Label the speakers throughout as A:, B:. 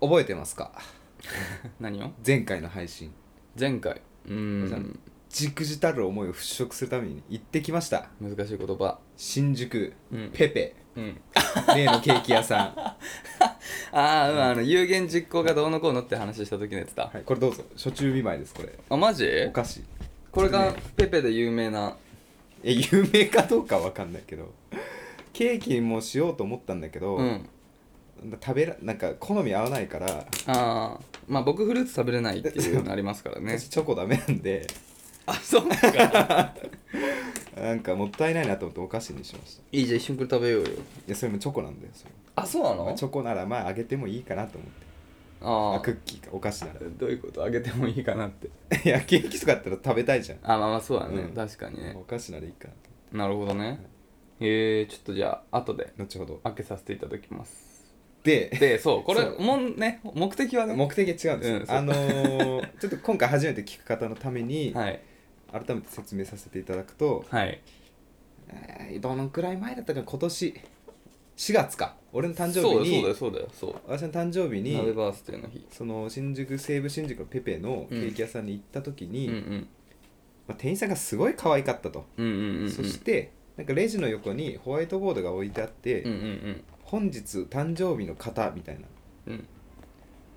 A: 覚えてますか
B: 何を
A: 前回の配信
B: 前回う
A: じゃ
B: ーん
A: じくじたる思いを払拭するために行ってきました
B: 難しい言葉
A: 新宿、
B: うん
A: ペペ
B: うん
A: 例のケーキ屋さ ん、は
B: ああ、うん、あの有言実行がどうのこうのって話した時のやつだ、
A: い、これどうぞ初中見舞いですこれ
B: あマジ
A: お菓子
B: これがペペで有名な
A: え有名かどうかわかんないけどケーキもしようと思ったんだけど、
B: うん
A: 食べらなんか好み合わないから、
B: ああまあ僕フルーツ食べれないっていうのありますからね
A: 私チョコダメなんで
B: あそうか
A: なんかもったいないなと思ってお菓子にしましたい
B: いいじゃん一緒にこれ食べようよ
A: やそれもチョコなんだよそれ
B: あそうな
A: まあ
B: の
A: チョコならまああげてもいいかなと思って
B: あ
A: あ
B: あ
A: クッキーかお菓子なら
B: どういうことあげてもいいかなって
A: いやケーキとかだったら食べたいじゃん、
B: あまあまあそうだね、
A: うん
B: 確かにね
A: お菓子ならいいかなと
B: なるほどねへえちょっとじゃあ後で
A: 後ほど
B: 開けさせていただきます
A: で
B: でそうこれ
A: そう
B: もんね目的はね
A: 目的が違うんです、
B: うんそう
A: あのーちょっと今回初めて聞く方のために、
B: はい
A: 改めて説明させていただくと、
B: はい
A: えーどのくらい前だったかな今年4月か俺の誕生
B: そう
A: 日
B: だよ
A: に
B: そうだよそうだよ
A: 私の誕生日
B: そう鍋
A: に
B: バースデーの日
A: その新宿西武新宿のペペのケーキ屋さんに行った時
B: う
A: に、
B: んう
A: ま
B: ん
A: あ、店員さんがすごい可愛かったと、
B: うんうんうんうん
A: そしてなんかレジの横にホワイトボードが置いてあって、
B: うんうんうん
A: 本日誕生日の方みたいな
B: うん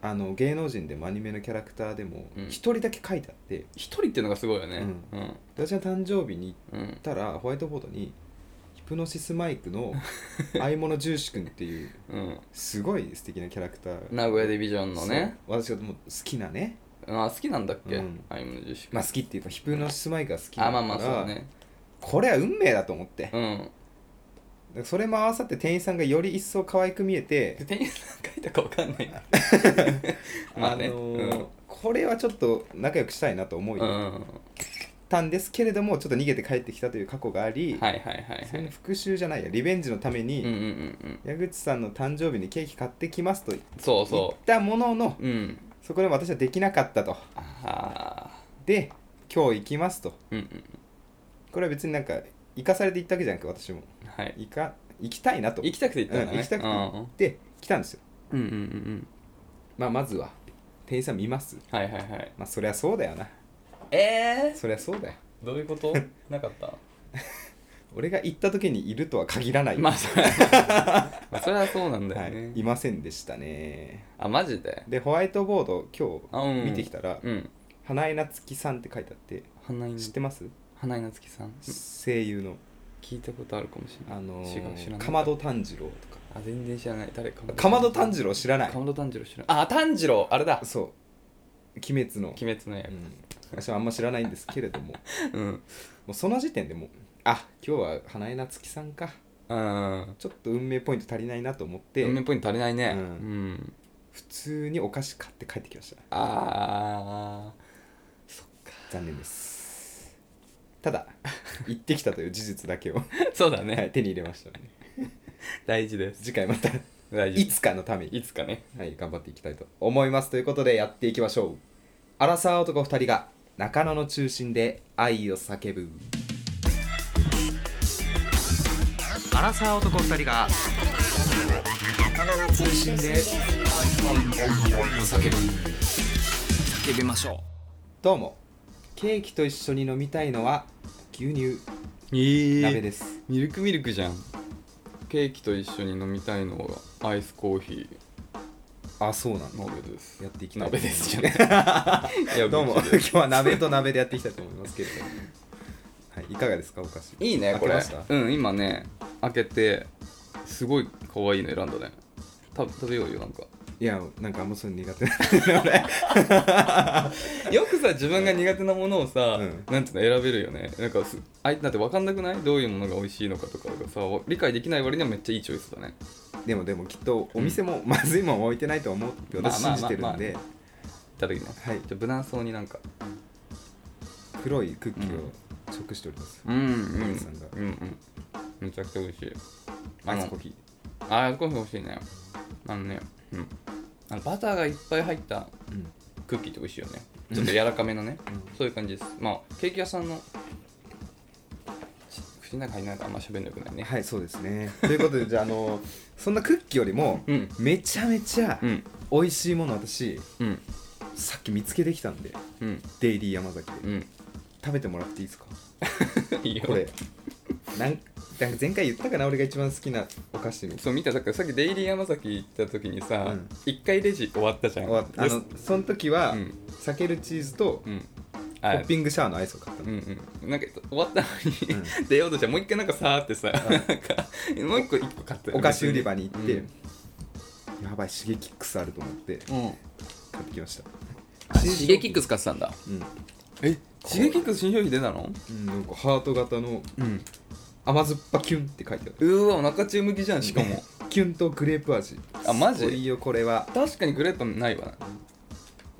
A: あの芸能人でもアニメのキャラクターでも
B: うん
A: 一人だけ書いてあって、
B: 一人っていうのがすごいよね
A: う
B: うん
A: 私の誕生日に行っ
B: うん
A: たらホワイトボードにヒプノシスマイク の相物重視君っていう
B: うん
A: すごい素敵なキャラクター
B: 名古屋ディビジョンのね
A: そう私がもう好きなね
B: あ好きなんだっけ
A: うん
B: アイムの女子
A: まあ好きっていうかヒプノシスマイクが好きだか
B: あ
A: ら
B: まあまあそうね
A: これは運命だと思って、
B: うん
A: それも合わさって店員さんがより一層可愛く見えて、
B: 店員さん書いたかわかんないな まあね
A: あのー
B: うん
A: これはちょっと仲良くしたいなと思い、
B: うん
A: たんですけれどもちょっと逃げて帰ってきたという過去があり、
B: はいはいはいはい
A: それの復讐じゃないやリベンジのため
B: うんうん
A: に、
B: うんうん
A: 矢口さんの誕生日にケーキ買ってきますと言
B: そう
A: っ
B: そ
A: たものの
B: ううん
A: そこでも私はできなかったと
B: ああ
A: で今日行きますと
B: うんうん
A: これは別になんか行かされて行ったわけじゃなく私も
B: はい
A: 行か行きたいなと
B: 行きたくて行ったんだ
A: うん
B: ね
A: 行きたくて
B: うん
A: 行って来たんですよ、
B: うんうんうんうん
A: まあ、まずは店員さん見ます
B: はいはいはい
A: まあそりゃそうだよな
B: え
A: そりゃそうだよ
B: ー、どういうこと なかった
A: 俺が行った時にいるとは限らない、
B: まあそれ まあそれはそうなんだ
A: は
B: よね、
A: い、いませんでしたね
B: あマジで
A: でホワイトボード
B: あ
A: 今
B: うん
A: 日見てきたら
B: うん
A: 「花江夏樹さん」って書いてあって
B: 花井
A: 知ってます
B: 花井夏樹さん
A: 声優の
B: 聞いたことあるかもしれない
A: あの
B: 違う知
A: ー
B: らない
A: かまど炭治郎とか
B: あ全然知らない誰か
A: かまど炭治郎知らない
B: かまど炭治郎知らないあ炭治郎あれだ
A: そう鬼滅の、
B: 鬼滅の
A: う
B: 刃
A: ん、私はあんま知らないんですけれどもも
B: うん
A: うその時点でもうあ今日は花江夏樹さんか
B: うん
A: ちょっと運命ポイント足りないなと思って
B: 運命ポイント足りないね
A: う
B: うんん、
A: 普通にお菓子買って帰ってきました
B: ああ
A: 残念ですた だ行ってきたという事実だけを、
B: そうだ
A: は
B: ね
A: い、手に入れましたね
B: 大事です
A: 次回また
B: 大事
A: いつかのために、
B: いつかね
A: はい、頑張っていきたいと思いますということでやっていきましょうアラサー男2人が中野の中心で愛を叫ぶアラサー男2人が中野の中心で愛を叫ぶ
B: 叫びましょ
A: どうもケーキと一緒に飲みたいのは牛乳
B: うええ
A: 鍋です、
B: ミルクミルクじゃんケーキと一緒に飲みたいのがアイスコーヒ
A: あそうなん
B: ー
A: だ
B: 鍋です
A: やっていきたい
B: 鍋ですじゃねいや
A: どうも
B: ぶ
A: 今日は鍋と鍋でやっていきたいと思いますけれども、はい、いかがですかお菓子
B: いいねこ
A: 開け
B: れ
A: ました
B: うん今ね開けてすごい可愛いの選んだねた食べようよなんか
A: いやなんかあんまそういうの苦手な
B: よくさ自分が苦手なものをさ、
A: うん
B: なんていうの選べるよねなんかすあいだって分かんなくないどういうものが美味しいのかとかがさ理解できない割にはめっちゃいいチョイスだね
A: でもでもきっとお店もまずいもん置いてないと思うって私
B: まあまあ
A: 信じてるんで
B: いただきます、
A: はい
B: じゃあ無難そうになんか
A: 黒いクッキーを食しております、
B: うんうん
A: おじさんが
B: うんうんめちゃくちゃ美味しい
A: アイスコーヒ
B: あーコーヒー欲しいねあのね、うん、あのバターがいっぱい入った
A: ー、うん
B: クッキーって美味しいよねちょっと柔らかめのね、
A: う
B: そういう感じですまあケーキ屋さんのし口の中になんかあんま喋んなくないね
A: はいそうですねということでじゃああのそんなクッキーよりも、
B: うん
A: めちゃめちゃ
B: うん
A: 美味しいもの私
B: うん
A: さっき見つけてきたんで
B: うん
A: デイリー山崎で
B: うん
A: 食べてもらっていいですか
B: いいよ
A: これなんなんか前回言ったかな俺が一番好きなお菓子に
B: そう見ただからさっきデイリー山崎行った時に
A: う
B: さ
A: ん
B: 一、回レジ終わったじゃん
A: 終わっあ
B: で
A: のその時は、
B: うん
A: サケルチーズと
B: うん
A: ポ
B: あ
A: ッピングシャワーのアイスを買ったの、
B: うんうん、なんか終わったのに、
A: う
B: 出ようとしてもう一回なんかさーってさ、なんかもう一個一個買って
A: お菓子売り場に行って、やばいシゲキックスあると思って
B: うん
A: 買ってきました
B: シゲキックス買ってたんだ
A: うん、
B: えシゲキックス新商品出たの
A: うん、なんかハート型の
B: うん
A: 甘酸っぱキュンって書いてある
B: うーわお腹中向きじゃんしかも
A: キュンとグレープ味
B: あマジ
A: すごいよこれは
B: 確かにグレープないわ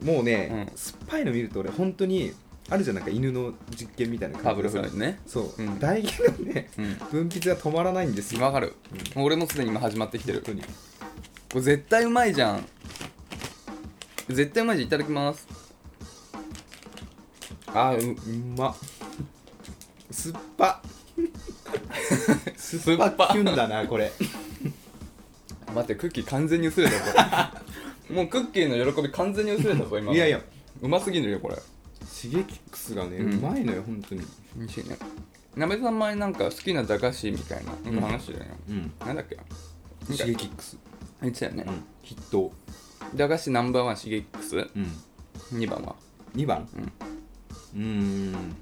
A: もうね、
B: うん
A: 酸っぱいの見ると俺本当にあるじゃんなんか犬の実験みたいな
B: パ
A: 感
B: ブ
A: じ
B: ロ
A: で
B: フ
A: さ
B: のね
A: そう、
B: うん
A: 唾液のね
B: うん
A: 分泌が止まらないんですよ
B: わかる、俺もすでに今始まってきてる
A: 本当に
B: これ絶対うまいじゃん絶対うまいじゃんいただきます
A: あーううんま酸っぱ酸っぱキュンだなこれ
B: 待ってクッキー完全に薄れたこ れもうクッキーの喜び完全に薄れたぞ今
A: いやいや
B: うますぎるよこれ
A: シゲキックスがね、う
B: うん
A: まいのよ本当に
B: 美味しいねなべさん前なんか好きな駄菓子みたいな
A: うん
B: 話だよね、
A: うん
B: なんだっけなんか
A: シゲキックス
B: 言ってたよね、
A: うん筆頭
B: 駄菓子ナンバーワンシゲックス
A: うん
B: 2番は
A: 2番
B: うん
A: うーん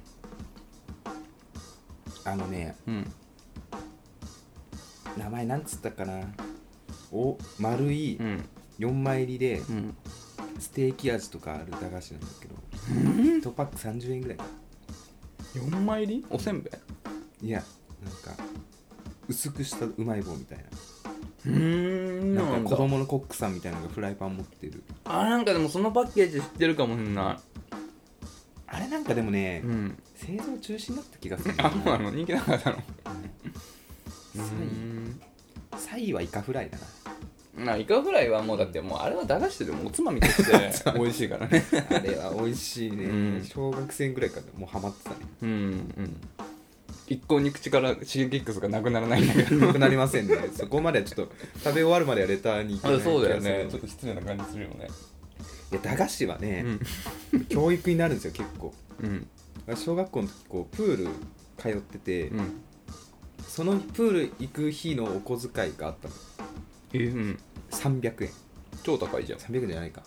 A: あのね
B: うん
A: 名前なんつったかなお丸い
B: うん
A: 4枚入りで
B: うん
A: ステーキ味とかある駄菓子なんだけど1パック30円ぐらいかな
B: 4枚入りおせんべい
A: いやなんか薄くしたうまい棒みたいな
B: うーん
A: なんか子
B: 子供
A: 供のコックさんみたいなのがフライパン持ってる
B: あなんかでもそのパッケージ知ってるかもしんな
A: あれなんかでもね
B: い、うん
A: 製造中止になった気がする
B: あそうなの人気なかったの
A: サイサイはイカフラ イだな
B: なイカフライはもうだってもうあれは駄菓子でもおつまみとして 美味しいからね
A: あれは美味しいね、
B: うん
A: 小学生ぐらいからもうハマってたね
B: うんうん一向に口からシゲキックスがなくならないんだけど
A: なくなりませんねそこまではちょっと食べ終わるまではレターに行けない
B: あ
A: 気がする
B: そうだよねちょっと失礼な感じするよね
A: いや駄菓子はね、
B: ん
A: 教育になるんですよ結構
B: うん
A: 小学校の時こうプール通ってて、
B: うん
A: そのプール行く日のお小遣いがあったの
B: えうん
A: 300円
B: 超高いじゃん
A: 300円じゃないか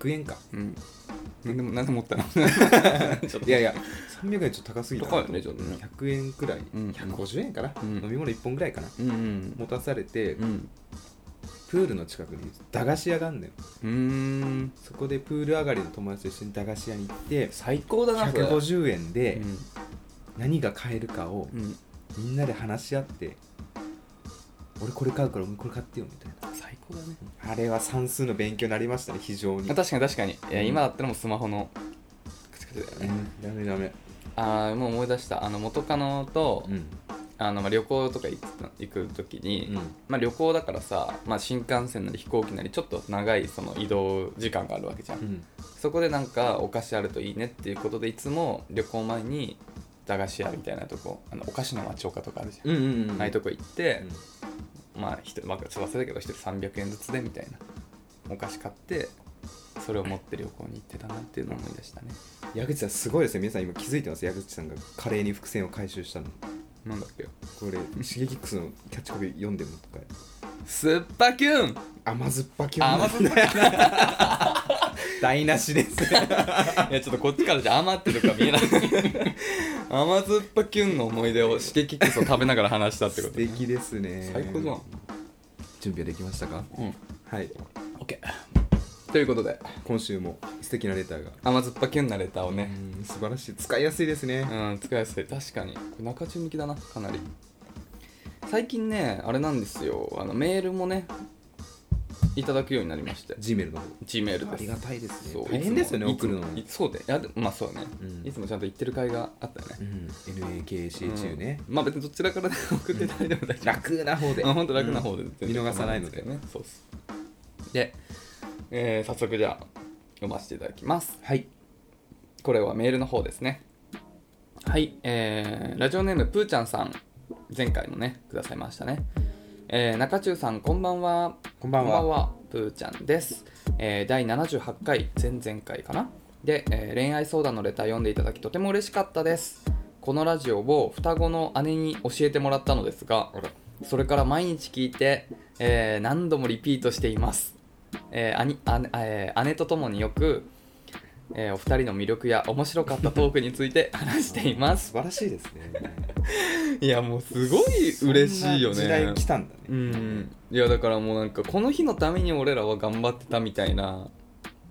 A: 100円か
B: うんなんでもなんでもったの
A: いやいや300円ちょっと高すぎたな
B: 高いよねちょっとね
A: 100円くらい、
B: ん
A: 150円かな、
B: うん
A: 飲み物1本くらいかな
B: うんうん
A: 持たされて、
B: うん
A: プールの近くに駄菓子屋があんのよ
B: うーん
A: そこでプール上がりの友達と一緒に駄菓子屋に行って
B: 最高だなそれ
A: 150円で
B: うん
A: 何が買えるかを
B: うん
A: みんなで話し合って俺これ買うからお前これ買ってよみたい
B: 最高だね
A: なあれは算数の勉強になりましたね非常に、
B: 確かに確かにいや
A: うん
B: 今だったらもうスマホのカチカチだよ
A: う
B: ね
A: ん、ダメダメ
B: ああもう思い出したあの元カノと
A: うん
B: あのまあ旅行とか行った行く時に、
A: うん
B: まあ、旅行だからさ、まあ、新幹線なり飛行機なりちょっと長いその移動時間があるわけじゃん、
A: うん
B: そこでなんかお菓子あるといいねっていうことでいつも旅行前に駄菓子屋みたいなとこあのお菓子の町岡とかあるじゃ
A: う
B: ん、
A: んうんうん
B: ああいうとこ行って
A: うん、
B: まあ一人、まあ、ちょっと忘れたけど一人300円ずつでみたいなお菓子買ってそれを持って旅行に行ってたなっていうのを思い出したね
A: 矢口さんすごいですね皆さん今気づいてます矢口さんが華麗に伏線を回収したの
B: なんだっけ
A: これ Shigekix のキャッチコピー読んでもとか
B: スッパキュン
A: 甘酸っぱき
B: 甘酸っぱキュン
A: 台無しですね
B: いやちょっとこっちからじゃ甘ってるか見えない 甘酸っぱキュンの思い出をシ ゲキックスを食べながら話したってこ
A: 素
B: と、ね、
A: 敵ですね
B: 最高じゃん
A: 準備はできましたか
B: うん
A: はい
B: オッケーということで
A: 今週も素敵なレターが
B: 甘酸っぱキュンなレターをね
A: うん素晴らしい使いやすいですね
B: うん使いやすい確かにこれ中中向きだなかなり最近ねあれなんですよあのメールもねいただくようになりまして
A: G メルの方
B: G メールです
A: ありがたいですね
B: そう
A: 大変ですよね
B: いつも
A: 送るの
B: いつもいそうでいやでもまあそうだね、
A: うん
B: いつもちゃんと言ってる甲斐があったよね、
A: NAKCHU ね
B: うんまあ別にどちらからでも送っていただいても大丈夫
A: 楽な方で
B: うん、ほんと楽な方で全然
A: 見逃さないので
B: 構わんですけどねそうっすで、えー早速じゃあ読ませていただきますはいこれはメールの方ですねはいえーラジオネームぷーちゃんさん前回もねくださいましたねえー中中さんこんばんは
A: こんばんは
B: ぷーちゃんですえー第78回前々回かなで、えー恋愛相談のレター読んでいただきとても嬉しかったですこのラジオを双子の姉に教えてもらったのですが
A: あら
B: それから毎日聞いて、えー何度もリピートしています、えー兄姉えー姉とともによく、えーお二人の魅力や面白かったトークについて話していま
A: 素
B: す
A: 晴らしいですね
B: いやもうすごい嬉しいよね
A: そんな時代来たんだね、
B: うんいやだからもうなんかこの日のために俺らは頑張ってたみたいな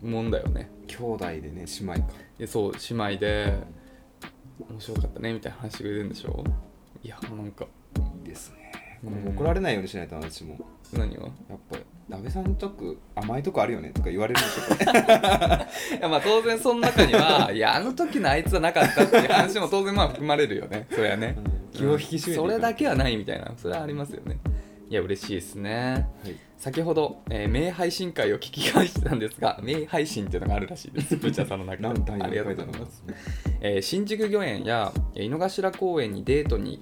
B: もんだよね
A: 兄弟でね姉妹か
B: でそう姉妹で面白かったねみたいな話してくれるんでしょいやなんか
A: いいですね
B: う
A: こ
B: ん
A: れも怒られないようにしないと私も
B: 何を
A: やっぱ安倍さんちょっと甘いとこあるよねとか言われる のとか
B: いやまあ当然その中に はいやあの時のあいつはなかったっていう話も当然まあ含まれるよねそりゃね
A: 気を引き締めていか
B: そ
A: ない
B: れだけはないみたいなそれはありますよねいや嬉しいですね
A: はい
B: 先ほど、えー名配信会を聞き返してたんですが名配信っていうのがあるらしいですブーチャーさんの中で
A: 何第
B: ありが
A: 4
B: とう
A: 回だ
B: ござい
A: な
B: ますえー新宿御苑やえー井の頭公園にデートに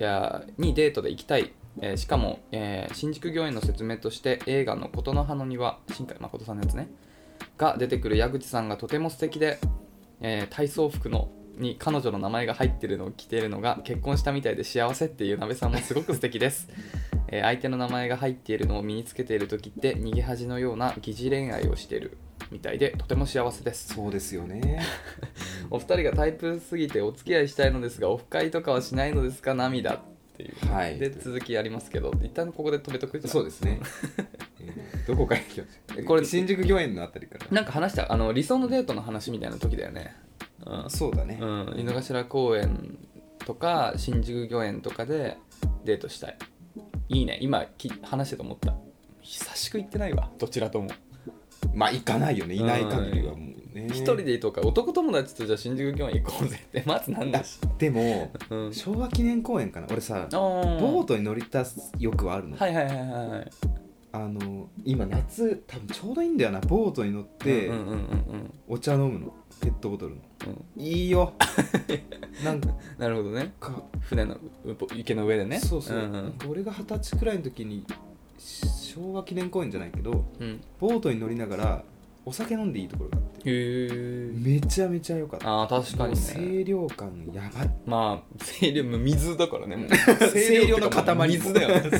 B: いやにデートで行きたい、えーしかも、えー新宿御苑の説明として映画の「琴の葉の庭」新海誠さんのやつねが出てくる矢口さんがとても素敵で、えー体操服のに彼女の名前が入ってるのを着てるのが結婚したみたいで幸せっていう鍋さんもすごく素敵です、 えー相手の名前が入っているのを身につけている時って逃げ恥のような疑似恋愛をしているみたいでとても幸せです
A: そうですよ ね
B: お二人がタイプすぎてお付き合いしたいのですがオフ会とかはしないのですか涙っていう、
A: はい
B: で続きありますけど一旦ここで止めとくじゃん
A: そうですね えーどこから行きましょう
B: これ
A: 新宿御苑のあたりから
B: なんか話したあの理想のデートの話みたいな時だよねうん
A: そうだね、
B: うん、井の頭公園とか新宿御苑とかでデートしたいいいね今き話してと思った久しく行ってないわどちらとも
A: まあ行かないよねいない限りはもうね
B: 一、人でいいとか男友達とじゃあ新宿御苑行こうぜってまずなんだし、
A: でも
B: うん、
A: 昭和記念公園かな俺さボ
B: ボ
A: ートに乗りた欲はあるの、
B: はいはいはいはいはい
A: あの今夏多分ちょうどいいんだよなボートに乗って
B: うんうんうんうん
A: お茶飲むのペットボトルの
B: うんうん
A: いい よなん
B: なるほどね
A: か、
B: 船のうぼ池の上でね
A: そうそう、
B: ん
A: なんか俺が二十歳くらいの時にし昭和記念公園じゃないけど
B: うんうん
A: ボートに乗りながらお酒飲んでいいところがあって
B: へー
A: めちゃめちゃ良かった
B: あー確か
A: もう
B: に
A: 清
B: ね
A: 涼感やばい
B: まあ清涼もう水だからねもう
A: 清涼の塊
B: ってかもう水だよね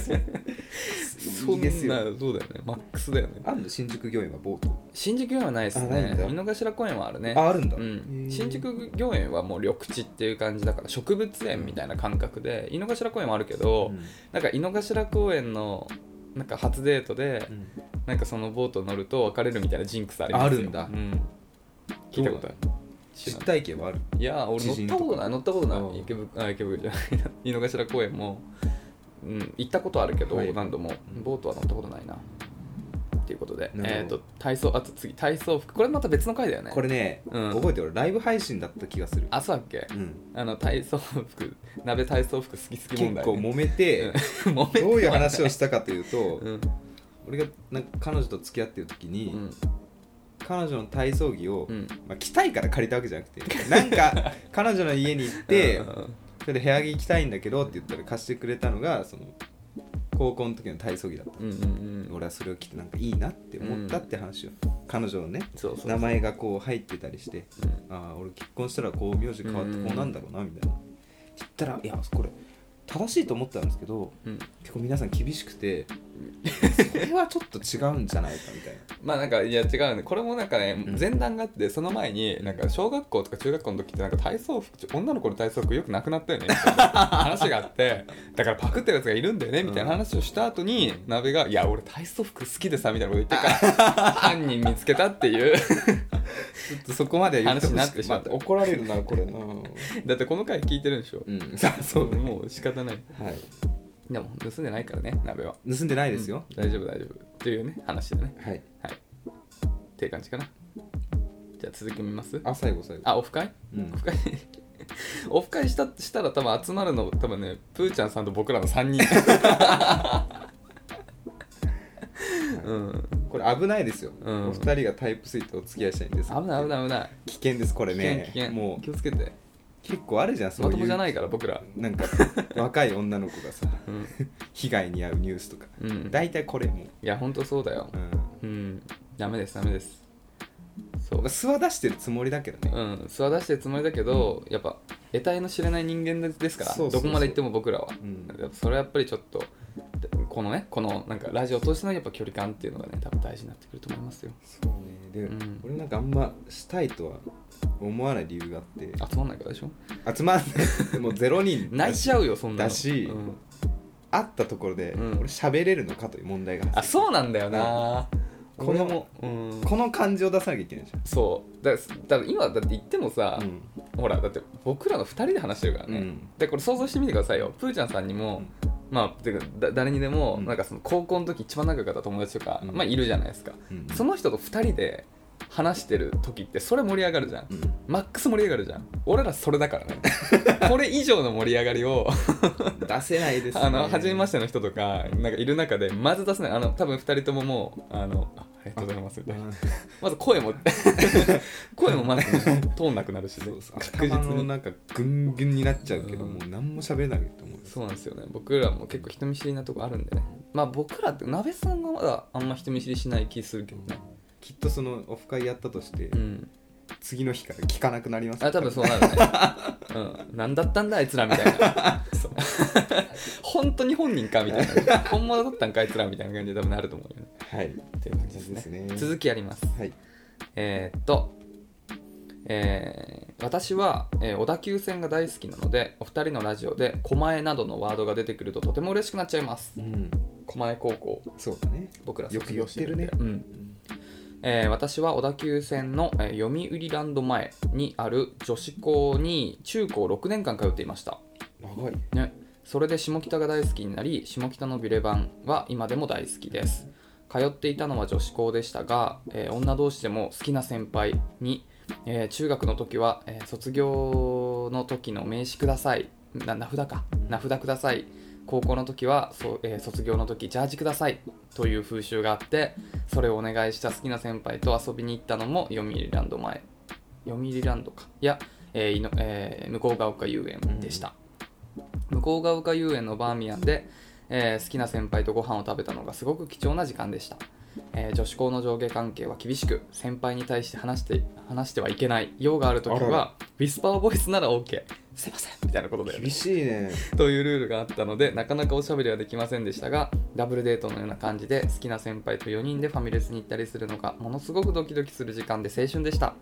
B: そ
A: いい
B: んな
A: ですよ
B: そうだよねマックスだよね
A: あんの新宿御苑はボート
B: 新宿御苑はないです
A: あないん
B: ね
A: だ
B: 井の頭公園はあるね
A: ああるんだ、
B: うん
A: へ、ー
B: 新宿御苑はもう緑地っていう感じだから植物園みたいな感覚で井の頭公園もあるけど、
A: うん
B: なんか井の頭公園のなんか初デートで、なんかそのボート乗ると別れるみたいなジンクスありますよ
A: あるんだ
B: うん、聞いたことある知
A: 実
B: らない
A: 体験はある
B: いや俺乗
A: 知人
B: っ
A: と
B: た
A: か
B: ことない乗ったことな
A: うん
B: い池袋あ池袋じゃないな 井の頭公園も、うん、行ったことあるけど、
A: はい
B: 何度も
A: うん
B: ボートは乗ったことないなっていうことで、
A: なるほど
B: えー、と体操あと次体操服これまた別の回だよね
A: これね、
B: うん
A: 覚えてる俺ライブ配信だった気がする、
B: あそうだっけ
A: うん、
B: あの体操服鍋体操服好き好き問
A: 結
B: 題、
A: 構揉めて、
B: うん 揉めて
A: どういう話をしたかというと、
B: うん
A: 俺がなんか彼女と付き合ってる時
B: う
A: に、
B: ん
A: 彼女の体操着を、
B: うん
A: まあ、着たいから借りたわけじゃなくてなん か彼女の家に行って、
B: うん
A: それで部屋着着たいんだけどって言ったら貸してくれたのがその高校の時の体操着だった、
B: うんうんうん
A: 俺はそれを着てなんかいいなって思ったって話を、彼女のね
B: そうそう
A: 名前がこう入ってたりして
B: うん
A: ああ俺結婚したらこう名字変わってこうなんだろうなみたいなって言ったらいやこれ正しいと思ってたんですけど
B: うん
A: 結構皆さん厳しくてそれはちょっと違うんじゃないかみたいな
B: まあなんかいや違うねこれもなんかね
A: うん
B: 前段があってその前になんか小学校とか中学校の時ってなんか体操服ちょ女の子の体操服よくなくな ったよねみたいな話があってだからパクってるやつがいるんだよねみたいな話をした後に鍋が「いや俺体操服好きでさ」みたいなこと言ってから 犯人見つけたっていう
A: ちょっとそこまでは言ってほしく
B: 話になってしまった
A: あ怒られるなこれな
B: だってこの回聞いてるんでしょ
A: うんさあそう
B: もう仕方ない
A: はい
B: でも盗んでないからね鍋は
A: 盗んでないですよ、
B: 大丈夫大丈夫っていうね話だね
A: はい
B: はいっていう感じかなじゃあ続き見ます
A: あ最後最後
B: あオフ会
A: うん
B: オフ会 オフ会したしたら多分集まるの多分ねプーちゃんさんと僕らの3人うん
A: これ危ないですよ、
B: う
A: お
B: ん
A: 二人がタイプスイートお付き合いしたいんです
B: 危ない危ない危ない
A: 危険ですこれ
B: 危険
A: ね
B: 危険
A: も
B: 気
A: う
B: をつけて
A: 結構あるじゃんそ
B: ま
A: う
B: と
A: い
B: も
A: う
B: じゃないから僕ら
A: なんか若い女の子がさ
B: うん、
A: 被害に遭うニュースとか
B: うん、い
A: 大体これもう
B: やほんとそうだよ
A: うん
B: うんダメですダメですそ
A: 僕
B: う
A: は素は出してるつもりだけどね、
B: うん素は出してるつもりだけど、やっぱ得体の知れない人間ですから
A: そうそうそう
B: どこまで行っても僕らは、
A: うん
B: やっぱそれはやっぱりちょっとこのねこのなんかラジオを通してのやっぱ距離感っていうのがね多分大事になってくると思いますよ
A: そうねで、
B: うん
A: 俺なんかあんましたいとは思わない理由があって
B: 集まんないからでしょ
A: あつまん ないもうゼロ人
B: 泣いちゃうよそんなの
A: だし
B: うん
A: 会ったところで、
B: うん
A: 俺喋れるのかという問題が
B: あ
A: 発
B: そうなんだよな、
A: うん
B: これも、うん
A: 生、この感じを出さなきゃいけないじ
B: そうだだから今だって言ってもさ
A: ゃん、、うん
B: ほらだって僕らの2人で話してるからね、
A: うん
B: でこれ想像してみてくださいよプーちゃんさんにも、まあてかだ誰にでも、
A: うん
B: なんかその高校の時一番仲良かった友達とか、
A: うん
B: まあいるじゃないですか、
A: うん
B: その人と2人で話してる時ってそれ盛り上がるじゃん、
A: うん
B: マックス盛り上がるじゃん俺らそれだか らねこれ以上の盛り上がりを
A: 出せないですね
B: あの初めましての人とかなんかいる中でまず出せないあの多分2人とももうあのあありがとうございますみたいな
A: うん
B: まず 声も声もまず通んなくなるしね
A: そうそう
B: 確実
A: 頭の
B: に
A: なんかぐんぐんになっちゃうけど、
B: うん
A: もう何も喋れないと思う
B: そうなんですよね僕らも結構人見知りなとこあるんでねまあ僕らって鍋さんがまだあんま人見知りしない気するけどね
A: きっとそのオフ会やったとして、
B: うん
A: 次の日から聞かなくなります
B: あ多分そうなるね うん何だったんだあいつらみたいな 本当に本人かみた いな本物だったんかあいつらみたいな感じで多分なると思うよね
A: はい
B: っていう感じですね
A: ですね
B: 続きやります
A: はい
B: えーっと、えー私は、えー小田急線が大好きなのでお二人のラジオで狛江などのワードが出てくるととても嬉しくなっちゃいます
A: うん
B: 狛江高校
A: そうだね
B: 僕ら
A: よく言ってるね
B: 卒業してんでうんえー私は小田急線の、えー読売ランド前にある女子校に中高6年間通っていました
A: 長い
B: ね、それで下北が大好きになり下北のビレ版は今でも大好きです通っていたのは女子校でしたが、えー女同士でも好きな先輩に、えー中学の時は、えー卒業の時の名刺くださいな名札か名札ください高校の時は、そうえー卒業の時ジャージくださいという風習があってそれをお願いした好きな先輩と遊びに行ったのも読売ランド前読売ランドかいや、えーいのえー向こうが丘遊園でした、向こうが丘遊園のバーミヤンで、えー好きな先輩とご飯を食べたのがすごく貴重な時間でした、えー女子校の上下関係は厳しく先輩に対して話して話してはいけない用がある時
A: あら
B: は
A: ら
B: ウィスパーボイスなら OK すいませんみたいなこと で
A: 厳しいね
B: というルールがあったのでなかなかおしゃべりはできませんでしたがダブルデートのような感じで好きな先輩と4人でファミレスに行ったりするのがものすごくドキドキする時間で青春でした、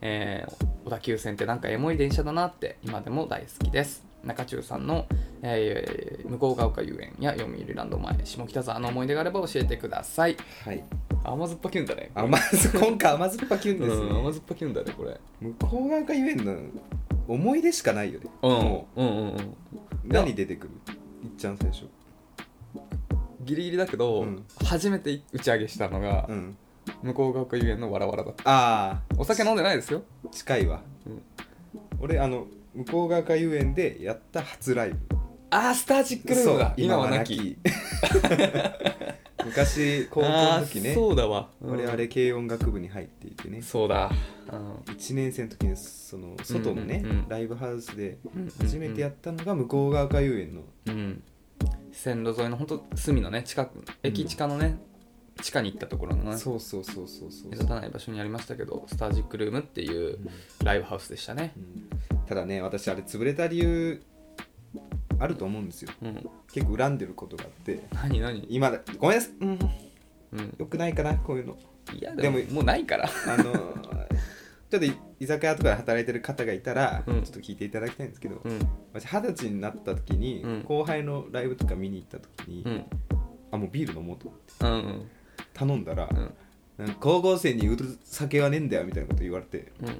B: えー小田急線ってなんかエモい電車だなって今でも大好きです中中さんの、えー向こうが丘遊園や読売ランド前下北沢の思い出があれば教えてください
A: はい
B: 甘酸っぱキュンだね
A: 甘 酸今回甘酸っぱキュンです
B: うん甘
A: ね、
B: 酸っぱキュンだねこれ
A: 向こう側が言えんの思い出しかないよね、も
B: うんうんうんうん
A: う何出てくるいっちゃん最初
B: ギリギリだけど、
A: うん
B: 初めて打ち上げしたのが、
A: うん
B: 向こうが丘遊園のわらわらだった
A: ああ
B: お酒飲んでないですよ
A: 近いわ、
B: うん
A: 俺あの向こう側が遊園でやった初ライブ
B: あースターチックルームだ今はなき
A: き昔高校の時
B: あー
A: ね
B: そうだわ
A: 我々軽音楽部に入っていてね
B: そうだ、うん
A: 1年生の時にその外のね、
B: うんうんうん
A: ライブハウスで
B: うんうん
A: 初めてやったのが向こう側が遊園の
B: うん線路沿いのほんと隅のね近く駅地下のね、地下に行ったところのね
A: そうそうそうそうそう
B: 目立たない場所にありましたけどスタージックルームっていうライブハウスでしたね
A: うんただね私あれ潰れた理由あると思うんですよ
B: うん
A: 結構恨んでることがあって
B: 何何
A: 今だごめんなさい、うん、
B: うん
A: よくないかなこういうの
B: いやでも
A: でも
B: もうないから
A: あの ーちょっとい居酒屋とかで働いてる方がいたら、
B: うん
A: ちょっと聞いていただきたいんですけど、
B: うん
A: 私二十歳になった時に、
B: うん
A: 後輩のライブとか見に行った時に、
B: うん
A: あもうビール飲もうと思って
B: うんうん
A: 頼んだら、
B: う
A: な
B: ん
A: んか高校生に売る酒はねえんだよみたいなこと言われて
B: うん
A: い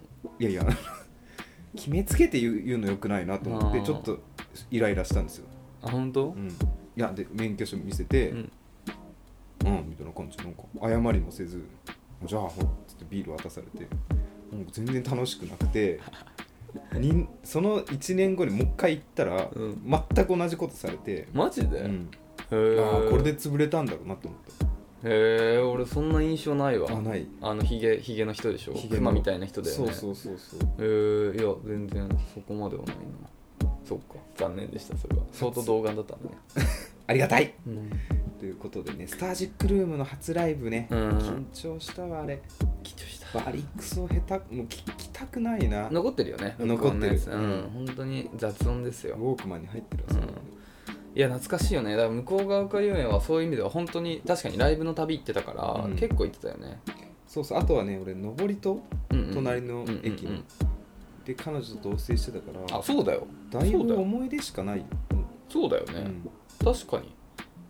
A: やいや 決めつけて言う言うのよくないなと思っ
B: あ
A: て
B: ー
A: ちょっとイライラしたんですよ、
B: あ本当
A: うん、いやで免許証見せて、
B: う
A: うん
B: ん
A: みたいな感じなんか謝りもせずじゃあほらつってビール渡されてもう全然楽しくなく てにんその1年後にもう一回行ったら、
B: うん
A: 全く同じことされて、
B: マジで、
A: う
B: へ
A: ん、
B: え
A: あーこれで潰れたんだろうなと思っ
B: へえ俺そんな印象ないわ
A: たあない
B: あのヒゲヒゲの人でしょ
A: ヒゲの
B: クマみたいな人で、ね、
A: そうそうそうそう
B: えー、いや全然そこまではないなそっか残念でしたそれは相当童顔だったんでね、
A: ありがたいということでねスタージックルームの初ライブね、
B: うん
A: 緊張したわあれ
B: 緊張した
A: バリクソ下手もう聞きたくないなウォ
B: 残ってるよね
A: 残ってる
B: 録音のやつうん本当に雑音ですよ
A: ークマンに入ってるわそれ
B: うんいや懐かしいよねだから向こう側から夢はそういう意味では本当に確かにライブの旅行ってたから、
A: うん
B: 結構行ってたよね、
A: そうそうあとはね俺上りと
B: うんうん
A: 隣の駅
B: うんうんう
A: に
B: ん
A: で彼女と同棲してたから
B: あそうだよ
A: だい
B: そうだ
A: ぶ
B: よ
A: 思い出しかないよ、
B: そうだよ
A: う
B: ね、
A: ん、
B: 確かに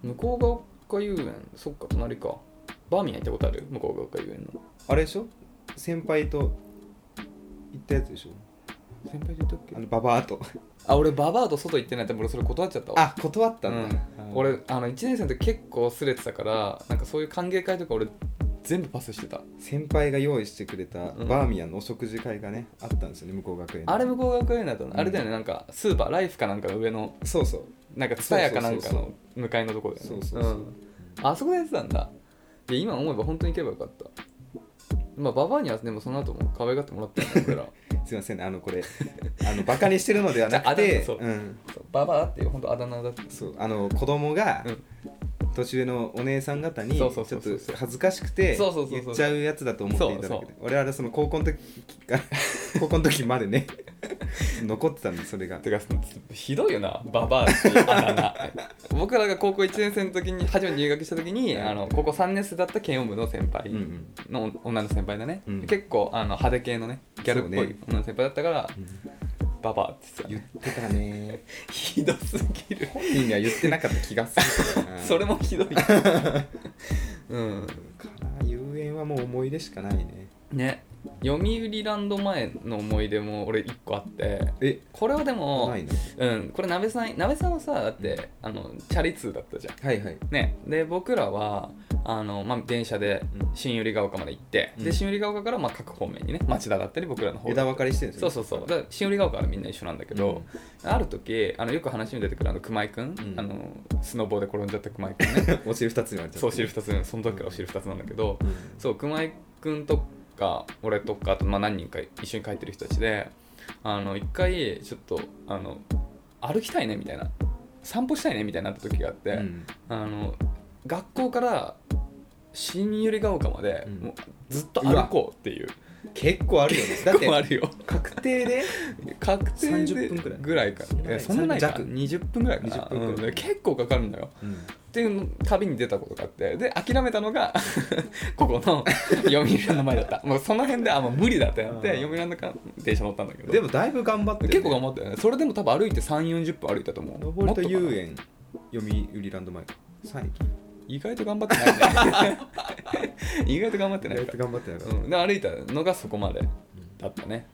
B: 向こう側か遊園そっか隣かバーミヤン行ったことある向こう側か遊園の
A: あれでしょ先輩と行ったやつでしょ
B: 先輩で言ったっけ
A: あのババアと
B: あ俺ババアと外行ってないって俺それ断っちゃったわ
A: あ断ったんだ、
B: うん
A: あー
B: 俺あの1年生の時結構すれてたからなんかそういう歓迎会とか俺全部パスしてた
A: 先輩が用意してくれた
B: うん
A: バーミヤンのお食事会がねあったんですよね向こう学園で
B: あれ向こう学園だったの、
A: うん
B: あれだよねなんかスーパーライフかなんかの上の
A: そうそう
B: なんか蔦屋かなんかの向かいのとこだよね
A: そうそうそうん
B: あそこでやってたんだで今思えば本当に行けばよかったまあババアにはでもその後も可愛がってもらったよね俺ら
A: すいませんねあのこ れあのバカにしてるのではなく
B: じゃああだ
A: て
B: 名そう
A: うん、
B: そうババアっていう本当あだ名だった
A: そうあの子供が
B: うん
A: 年上のお姉さん方にち
B: そ
A: ょ
B: う
A: っと
B: そうそうそう
A: 恥ずかしくて
B: そうそうそうそう
A: 言っちゃうやつだと思っていただ
B: そう
A: け
B: そう
A: で俺はその高校の時 から高校の時までね残ってたんでそれが
B: てかひどいよなババアっていうあだ名 僕らが高校1年生の時に初めて入学した時にあの高校3年生だった剣音部の先輩
A: うんうん
B: の女の先輩だね、
A: うん
B: 結構あの派手系のねギャルっぽ
A: そう
B: い
A: ね
B: 女の先輩だったから、ババアってさ
A: 言ってたね
B: ひどすぎる
A: 本人には言ってなかった気がする
B: それもひどいうん
A: かな遊園はもう思い出しかないね
B: ね読売ランド前の思い出も俺1個あって
A: え
B: これはでも
A: ないの
B: うんこれ鍋さん鍋さんはさだってあのチャリ通だったじゃん
A: はいはい
B: ね、で僕らはあの、まあ、電車で
A: うん
B: 新百合ヶ丘まで行って、
A: うん
B: で新百合ヶ丘からまあ各方面にね町田だったり僕らの方
A: 枝分かれしてるんです
B: そ
A: よ
B: うそうそうだから新百合ヶ丘はみんな一緒なんだけど、ある時あのよく話に出てくるあの熊井君、
A: うん
B: あのスノボーで転んじゃった熊井君 ね
A: お尻二つに割れちゃった
B: そうお尻2つその時からお尻2つなんだけど、
A: うん
B: そう熊井君とか俺とかあと、まあ、何人か一緒に帰ってる人たちであの一回ちょっとあの歩きたいねみたいな散歩したいねみたいになった時があって。
A: うん
B: あの学校から新百合ヶ丘まで、
A: うん
B: もうずっと歩こうっていう
A: 結構あるよねだ
B: だ
A: っ
B: ってあ
A: て
B: るよ
A: 確定で
B: 確定で
A: 30分くらい
B: ぐらいか
A: そんなない
B: えそんなないか
A: 弱
B: 20分ぐらいかな
A: 20分くらい
B: うんで結構かかるんだよ
A: うん
B: っていうの旅に出たことがあってで諦めたのが ここの読売ランド前だったもうその辺であもう無理だってなっ
A: う
B: て
A: ん
B: 読売ランドか電車乗ったんだけど
A: でもだいぶ頑張ってるね
B: 結構頑張ったよねそれでも多分歩いて3 4 0分歩いたと思う
A: 登戸
B: もっとか
A: 遊
B: な
A: 園読売ランド前か3駅
B: 意外と頑張ってないね意外と頑張ってない
A: 意外
B: か
A: と頑張ってなかった
B: うん、で歩いたのがそこまでだったね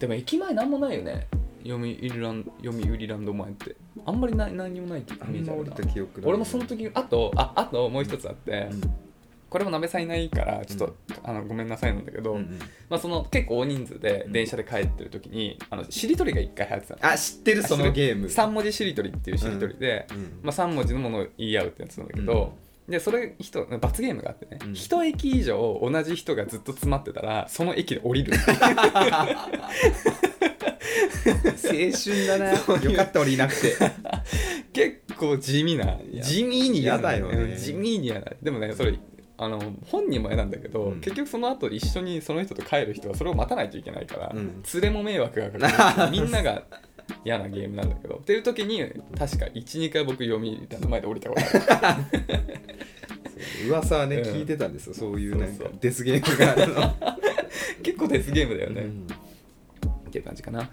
B: でも駅前なんもないよね読売ラン読売ランド前ってあんまりな何にもないイ
A: あ
B: メー
A: ん
B: ジあ
A: ま
B: る
A: 降
B: な
A: りた記憶ない
B: 俺もその時あとああともう一つあって、
A: うん
B: これもなべさんいないからちょっと、
A: うん
B: あのごめんなさいなんだけど、
A: うんうん
B: まあ、その結構大人数で電車で帰ってる時にあのしりとりが一回流行ってたの
A: あ知ってるそのゲーム
B: 3文字しりとりっていうしりとりで、
A: うん
B: まあ、3文字のものを言い合うってやつなんだけど、でそれ人罰ゲームがあってね、
A: うん
B: 一駅以上同じ人がずっと詰まってたらその駅で降 りる
A: 青春だなよかった俺いなくて
B: 結構地味な地味に嫌な
A: 嫌だよね
B: 地味に嫌だでもねそれあの本人も嫌なんだけど、
A: うん
B: 結局その後一緒にその人と帰る人はそれを待たないといけないから、
A: うん
B: 連れも迷惑がか かるみんなが嫌なゲームなんだけどっていう時に確か12回僕読みの前で降りたことある
A: 噂はね
B: うん
A: 聞いてたんですよそういうなん
B: そう
A: か
B: そう
A: デスゲームがあ るのは
B: 結構デスゲームだよ
A: い
B: ね、
A: はい
B: っていう感じかな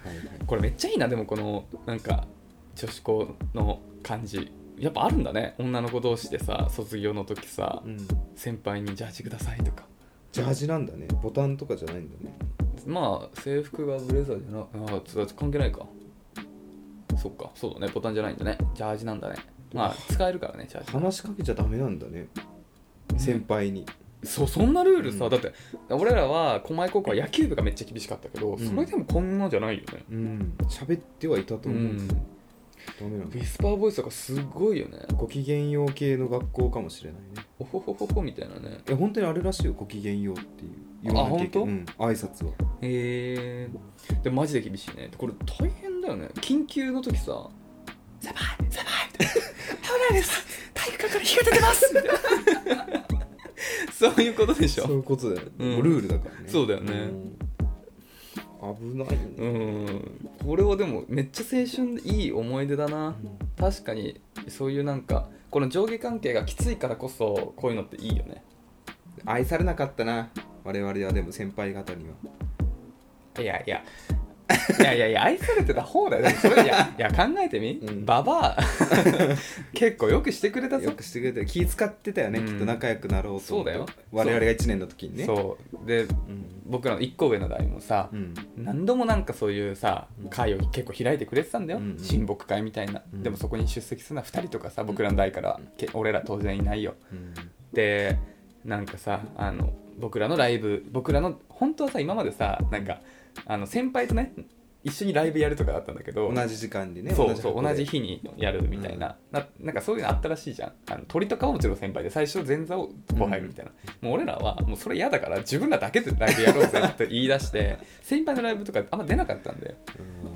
B: これめっちゃいいなでもこのなんか女子校の感じやっぱあるんだね女の子同士でさ卒業の時さ、
A: うん
B: 先輩にジャージくださいとか
A: ジャージなんだねボタンとかじゃないんだね
B: まあ制服がブレザーじゃなああつ関係ないかそっかそうだねボタンじゃないんだねジャージなんだねまあ使えるからねジャー
A: 話しかけちゃダメなんだね先輩に
B: ジそそんなルールさ、
A: うん
B: だって俺らは狛江高校は野球部がめっちゃ厳しかったけど、
A: うん
B: それでもこんなじゃないよね
A: うん喋ってはいたと思うんですよダメなん
B: ウ
A: だ
B: ィスパーボイスとかすごいよね
A: ご機嫌よう系の学校かもしれないね
B: おほほほほみたいなね
A: いや本当にあれらしいよご機嫌ようっていう言わなきゃいけ
B: あ
A: ない、うん、挨拶は
B: へえー、でもマジで厳しいねこれ大変だよね緊急の時さ「サバイサバイ」って「危ないです体育館から火が出てますみたいなそういうことでし
A: そうい
B: ょ
A: うことだよ、
B: うん
A: もうルールだからね
B: そうだよね
A: うん危ないね、
B: うんこれはでもめっちゃ青春でいい思い出だな確かにそういうなんかこの上下関係がきついからこそこういうのっていいよね
A: 愛されなかったな我々はでも先輩方にはい
B: やいやいやいやいや愛されてた方だよでもそれいやいや考えてみ、
A: うん
B: ババア 結構よくしてくれたぞ
A: よくしてくれたよ気使ってたよね、
B: うん
A: きっと仲良くなろうと
B: そうだよ
A: 我々が1年の時にね
B: そうで
A: うん
B: 僕らの1個上の代もさ、
A: うん
B: 何度もなんかそういうさ
A: うん
B: 会を結構開いてくれてたんだよ、
A: うんうん
B: 親睦会みたいな、
A: うん
B: でもそこに出席するのは2人とかさ僕らの代から、け俺ら当然いないよ
A: うん
B: でなんかさあの僕らのライブ僕らの本当はさ今までさなんかあの先輩とね一緒にライブやるとかだったんだけど
A: 同じ時間にね
B: そうそう同
A: 箱で
B: じ日にやるみたいな,、ななんかそういうのあったらしいじゃんあの鳥とかはもちろん先輩で最初前座を後輩みたいな、もう俺らはもうそれ嫌だから自分らだけでライブやろうぜって言い出して 先輩のライブとかあんま出なかったんだよ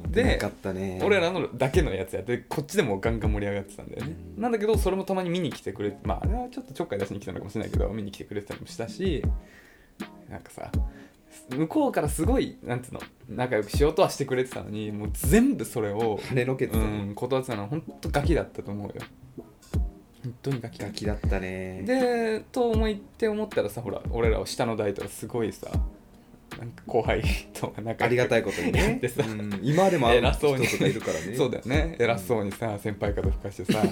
A: うん
B: で
A: なかったね
B: 俺らのだけのやつやってこっちでもガンガン盛り上がってたんだよね、
A: うん
B: なんだけどそれもたまに見に来てくれてまああれはちょっとちょっかい出しに来たのかもしれないけど見に来てくれてたりもしたしなんかさ向こうからすごいなんていうの仲良くしようとはしてくれてたのにもう全部それを
A: 跳ねのけて
B: う
A: たね、
B: ん断ってたのは本当ガキだったと思うよ本当にガキ
A: ガキだったね
B: でと思いって思ったらさほら俺らを下の代とかすごいさなんか後輩とか仲
A: ありがた
B: い
A: いことに
B: やっ
A: ね
B: てさ
A: うん今でも会う
B: 偉そう
A: 人
B: に
A: とかいるからね
B: そうだよね偉そうにさ先輩方吹かして さ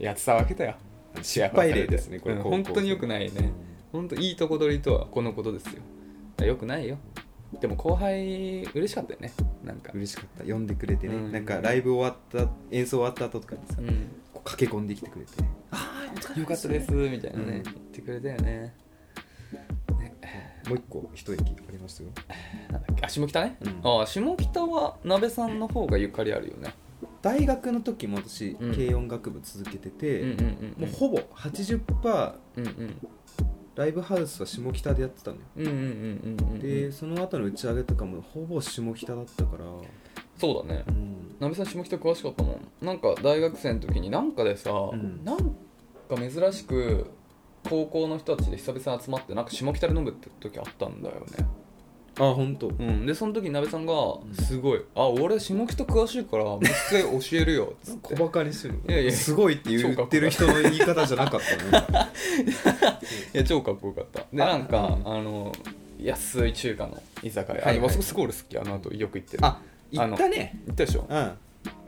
B: やってたわけだよ
A: 失敗例ですねこれ、
B: うん
A: 高校生
B: 本当に良くないね本当いいとこ取りとはこのことですよ良くないよでも後輩嬉しかったよねなんか、
A: 嬉しかった呼んでくれてね、
B: うん
A: なんかライブ終わった演奏終わった後とかにさ、
B: うん、
A: こう駆け込んできてくれて
B: よかったですみたいな
A: う
B: ね、
A: ん
B: 言ってくれたよね
A: もう一個一駅ありますよ
B: なんだっけあ下北ね、
A: うん
B: ああ下北は鍋さんの方がゆかりあるよね
A: 大学の時も私、
B: うん
A: 軽音楽部続けてて、
B: うんうんうん
A: もうほぼ80%
B: うんうん
A: ライブハウスは下北でやってたのよ、
B: うんうんうんうんうん
A: でその後の打ち上げとかもほぼ下北だったから、
B: そうだね
A: うん、
B: 鍋さん下北詳しかったもんなんか大学生の時になんかでさ、
A: ん
B: なんか珍しく高校の人たちで久々に集まってなんか下北で飲むって時あったんだよね
A: あ本当
B: うん、でその時に鍋さんが
A: ん
B: 「すごい、あ俺下北詳しいからもう一回教えるよ」っつって
A: 小バカにしてる
B: いやいや
A: すごいって言ってる人の言い方じゃなかった ね
B: いや超かっこよかったで
A: あ
B: なん
A: う
B: か
A: ん
B: あの安い中華の居酒屋、
A: はいはい
B: あのあそこすごい俺好きあの後よく行ってる
A: あ行ったね
B: 行ったでしょ
A: うん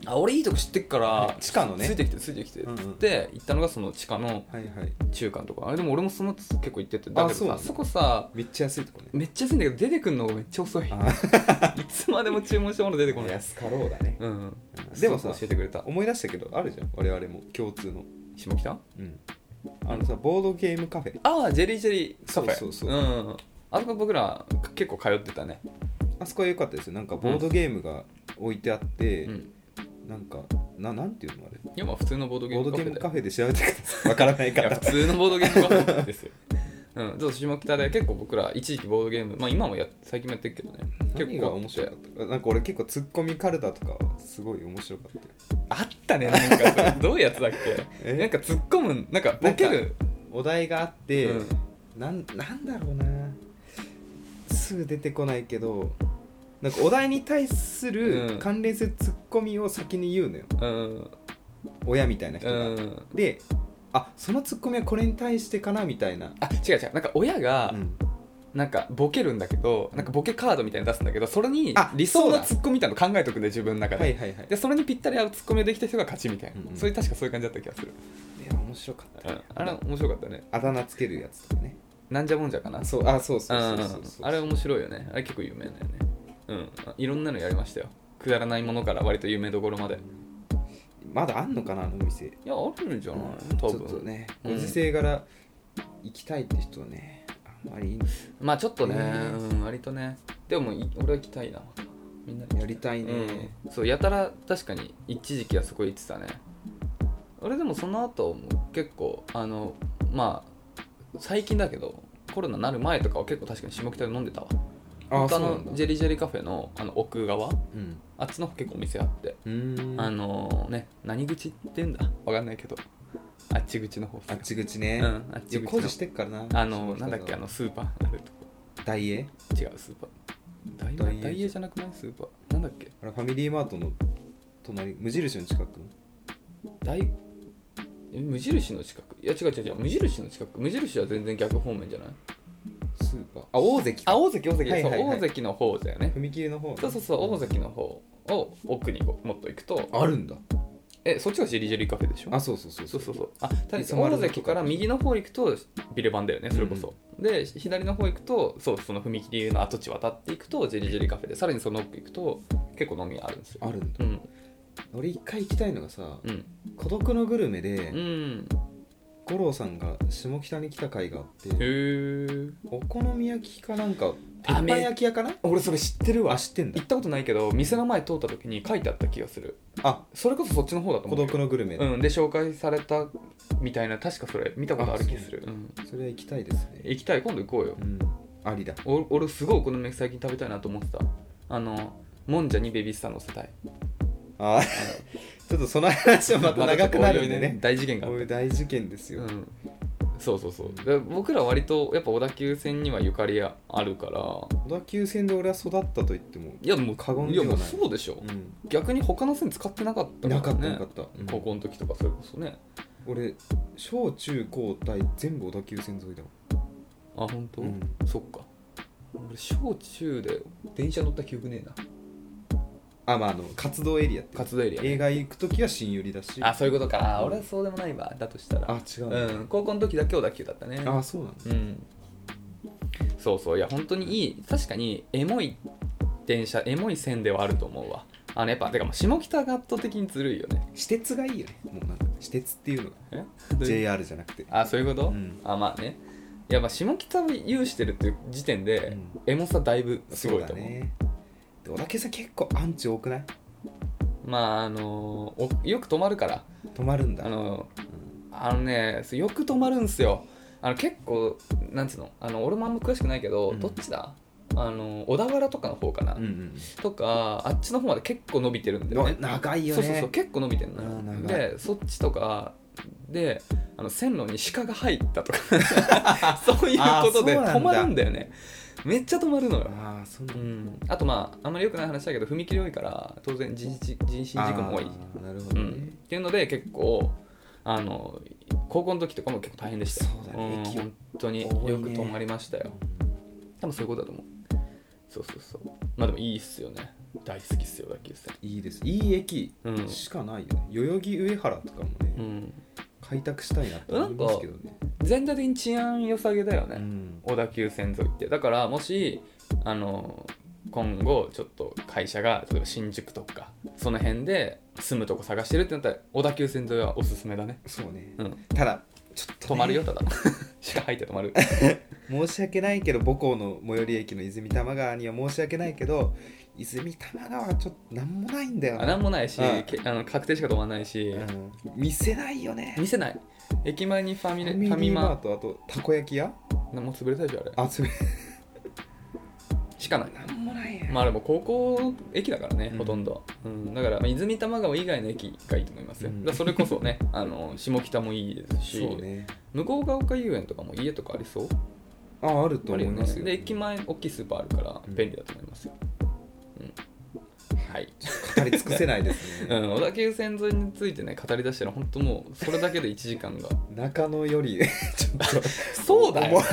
B: あ俺いいとこ知ってっから
A: 地下のね
B: ついてきてついてきて、
A: うんうん
B: で行ったのがその地下の
A: はいはい
B: 中華のとこあれでも俺もその後結構行っててだけ
A: そう
B: ど
A: なんだ
B: さそこさ
A: めっちゃ安いとこね
B: めっちゃ安いんだけど出てくるのがめっちゃ 遅いいつまでも注文したもの出てこない
A: 安かろうだね
B: うん
A: でもさ
B: そう教えてくれた
A: 思い出したけどあるじゃん我々も共通の
B: 下北
A: うんあのさボードゲームカフェ
B: ああジェリージェリーカフェ
A: そうそうそう
B: うん、あそこ僕ら結構通ってたね、
A: あそこは良かったですよなんかボードゲームが置いてあって、
B: うん、
A: なんかななんていうのあれ
B: いやまあ普通のボードゲー
A: ボー
B: ム
A: ド
B: カ
A: ゲー
B: フェ
A: ム
B: で
A: カフェで調べてくださいわからない
B: い
A: か
B: や
A: ら
B: 普通のボードゲームカフェですよ。 うん、ちょっと下北で結構僕ら一時期ボードゲーム、まあ今もや最近もやってるけどね、結
A: 何
B: 構
A: が面白かったなんか俺結構ツッコミカルタとかすごい面白かったよ
B: あったね、なんかそれどういうやつだっけ
A: え
B: なんか突っ込む、なんかボケる。
A: お題があって、
B: うん
A: なんなんだろうなすぐ出てこないけどなんかお題に対す
B: うん
A: る関連するツッコミを先に言うのよ、
B: うん、
A: 親みたいな人
B: う
A: が、
B: ん。
A: であそのツッコミはこれに対してかなみたいな
B: あ違う違うなんか親が
A: うん
B: なんかボケるんだけど、なんかボケカードみたいに出すんだけどそれに
A: あ
B: 理想
A: そう
B: の
A: だ
B: ツッコミみたいなの考えとくんで自分の中で,、
A: はいはいはい
B: でそれにぴったり合うツッコミができた人が勝ちみたいな、
A: うんうん
B: そういう確かそういう感じだった気がする、
A: いや面白かった、
B: うん、あれ面白かったね
A: あだ名つけるやつとかね
B: なんじゃもんじゃかな
A: あそうあそうそうそうそうそう
B: うんあれ面白いよねあれ結構有名だよねうんあいろんなのやりましたよくだらないものから割と有名どころまでい
A: まだあんのかなあのお店
B: やあるんじゃない
A: ち
B: 多
A: ょっ
B: 分
A: とね
B: うん
A: ご時世柄行きたいって人はねあんまり
B: まあちょっとね、
A: えー
B: うん割とねでもい俺は行きたいなみんな
A: やりたいね、
B: うん、そうやたら確かに一時期はそこ行ってたね俺でもその後も結構あのまあ最近だけどコロナになる前とかは結構確かに下北で飲んでたわ
A: あそ
B: 他
A: うな
B: の
A: んだ
B: ジェリージェリーカフェのあの奥側
A: うん
B: あっちの方結構お店あって
A: うーん
B: あのね何口って言うんだわかんないけどあっち口の方
A: あっち口ね、
B: うんあっち口の
A: いや工事してっからな
B: あのなんだっけあのスーパーあると
A: 大英
B: こ違うスーパー
A: ダ
B: ダ
A: イエー
B: イダイエーじゃなくないスーパーなんだっけ
A: あれファミリーマートの隣無印の近く
B: ダイえ無印の近くいや違う違う違う無印の近く無印は全然逆方面じゃない
A: スーパーあ大関か
B: あ大関大関、
A: はいはいはい
B: そう大関の方だよね
A: 踏切の方
B: そうそうそう大関の方を奥にもっと行くと
A: あるんだ
B: えそっちがシリジェリーカフェでしょ
A: あそうそうそう
B: そうそうそうあただ
A: いつもある
B: 大関から右の方行くとビレバンだよねそれこそ、で左の方行くとそうその踏切の跡地渡っていくとジェリジェリーカフェでさらにその奥行くと結構飲み屋あるんですよ
A: あるんだ
B: うん
A: 俺一回行きたいのがさ
B: うん
A: 「孤独のグルメ」で
B: うん
A: 五郎さんが下北に来た回があって
B: へえ
A: お好み焼きかなんか鉄
B: あ
A: 板焼き屋かな
B: 俺それ知ってる
A: あ
B: わ
A: 知ってんだ
B: 行ったことないけど店の前通った時に書いてあった気がする
A: あ
B: それこそそっちの方だと
A: 孤
B: 思う
A: 独
B: けど
A: のグルメ、
B: うんで紹介されたみたいな確かそれ見たことある気がするうん
A: それは行きたいですね
B: 行きたい今度行こうよ
A: うんありだ
B: お俺すごいお好み焼き最近食べたいなと思ってたあのもんじゃにベビースター乗せたい
A: あ ちょっとその話はまた長くなるんで
B: ま
A: ね
B: たちょっとおいおい大事件があ
A: こ
B: っ
A: ういう大事件です
B: て
A: よ、
B: うんそうそうそうで僕ら割とやっぱ小田急線にはゆかりあるから
A: 小田急線で俺は育ったと言っても、
B: いやもう
A: 過言
B: い
A: で
B: や
A: は
B: も
A: ないう
B: そうでしょ、
A: うん
B: 逆に他の線使ってなかった
A: な
B: か
A: からった
B: ね
A: なかった、うん
B: 高校の時とかそれこそね
A: 俺小中高大全部小田急線沿いだもん
B: あ本当、
A: うん
B: そっか俺小中で電車乗った記憶ねえな
A: あまああの活動エリアって
B: 活動エリア、
A: 映画行く時は新寄りだし
B: あそういうことかあ
A: うん
B: 俺はそうでもないわだとしたら
A: あ違う
B: う
A: ね、
B: ん高校の時だけ小田急だったね
A: あそうなんだ
B: うんそうそういや本当にいい確かにエモい電車エモい線ではあると思うわあのやっぱてかもう下北が圧倒的にずるいよね
A: 私鉄がいいよねもうなんか私鉄っていうのが
B: え
A: JR じゃなくて
B: あそういうこと、
A: うん
B: あまあねやっぱ下北を有してるっていう時点で、
A: うん
B: エモさだいぶすごいと
A: そう
B: 思
A: だ
B: う
A: ねで小田急線結構アンチ多くない
B: まああのおよく泊まるから
A: 止まるんだ
B: あのあのねそうよく泊まるんすよあの結構なんつうのあの俺もあんま詳しくないけど、
A: うん
B: どっちだあの小田原とかの方かな、
A: うんうん
B: とかあっちの方まで結構伸びてるんだよね
A: 長いよ
B: そ
A: ね
B: うそうそう結構伸びてるの
A: うん
B: よ
A: 長い
B: でそっちとかであの線路に鹿が入った とかそういうことで
A: あそうなんだ
B: 止まるんだよねめっちゃ止まるのよ
A: ああそうな
B: うん
A: だ
B: ん、あとまああんまり良くない話だけど踏切多いから当然人身人身事故も多い、
A: あーなるほ
B: う
A: どね、
B: ん、っていうので結構あの高校の時とかも結構大変でしたよ
A: そうだね
B: ん
A: 駅
B: 本当によ
A: 多いね
B: く止まりましたよ多分そういうことだと思うそうそうそうまあでもいいっすよね大好きっすよ野球線
A: いいですいい駅
B: うん
A: しかないよね、代々木上原とかもね、
B: うん
A: 開拓したいなって思いますけどね
B: 全体的に治安良さげだよね、
A: うん
B: 小田急線沿いってだからもしあの今後ちょっと会社が例えば新宿とかその辺で住むとこ探してるってなったら小田急線沿いはおすすめだね
A: そうね
B: うん
A: ただちょっと、ね、
B: 止まるよただ 鹿入って止まる
A: 申し訳ないけど母校の最寄り駅の泉多摩川には申し訳ないけど泉多摩川はちょっとなんもないんだよ
B: あ
A: な、
B: なんもないし、
A: うん
B: けあの確定しか止まらないし、
A: うん、見せないよね
B: 見せない駅前にファミレ
A: ファ
B: フ
A: ミリ
B: ァミ
A: ーマー
B: マ
A: トあとたこ焼き屋
B: なもう潰れたでしょあれ
A: あそれ
B: しかない
A: なんもない
B: まあでも高校駅だからね、
A: うん
B: ほとんど、うん、だから、まあ、泉多摩川以外の駅がいいと思いますよ、
A: うん
B: だからそれこそね あの下北もいいですし
A: そうね
B: 向こうが丘遊園とかも家とかありそう
A: ああると思いますよ
B: あるねで駅前大きいスーパーあるから
A: うん
B: 便利だと思いますよ、うん はい、
A: 語り尽くせないです
B: う
A: ね、
B: ん、小田急線沿いについてね語り出したら本当もうそれだけで1時間が
A: 中野よりちょっと
B: そうだよ
A: 重い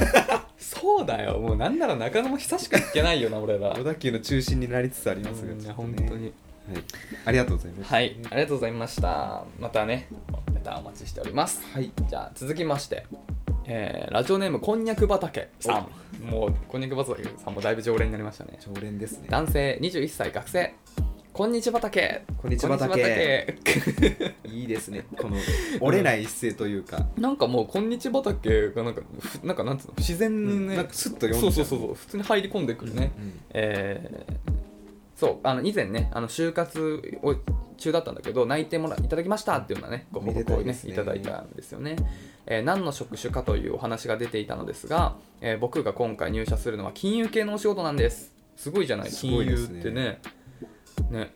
B: そうだよもうなんなら中野も久しか行けないよな俺ら
A: 小田急の中心になりつつありますが、
B: うん
A: ちょっと
B: 本
A: ね
B: 当に
A: はい、ありがとうございます
B: はいありがとうございましたまたねネタお待ちしております
A: はい
B: じゃあ続きまして、えーラジオネームこんにゃく畑さんもうこんにゃく畑さんもだいぶ常連になりましたね
A: 常連ですね
B: 男性21歳学生こんにちは畑
A: こんにちは畑いいです ねこの折れない姿勢というか、
B: なんかもう「こんにちは畑」がなんかふなんかなんつうの自然にね、
A: なんかスッと読ん
B: そう
A: じ
B: そ
A: ゃ
B: うそうそう普通に入り込んでくるね、
A: うん
B: えーそうあの以前ねあの就活を中だったんだけど内定もらいただきましたっていうようなねご報告を
A: めでたいで
B: ね
A: す
B: い
A: ね
B: ただいたんですよね、えー何の職種かというお話が出ていたのですが、えー僕が今回入社するのは金融系のお仕事なんですすごいじゃない
A: すごいですね
B: 金融ってねね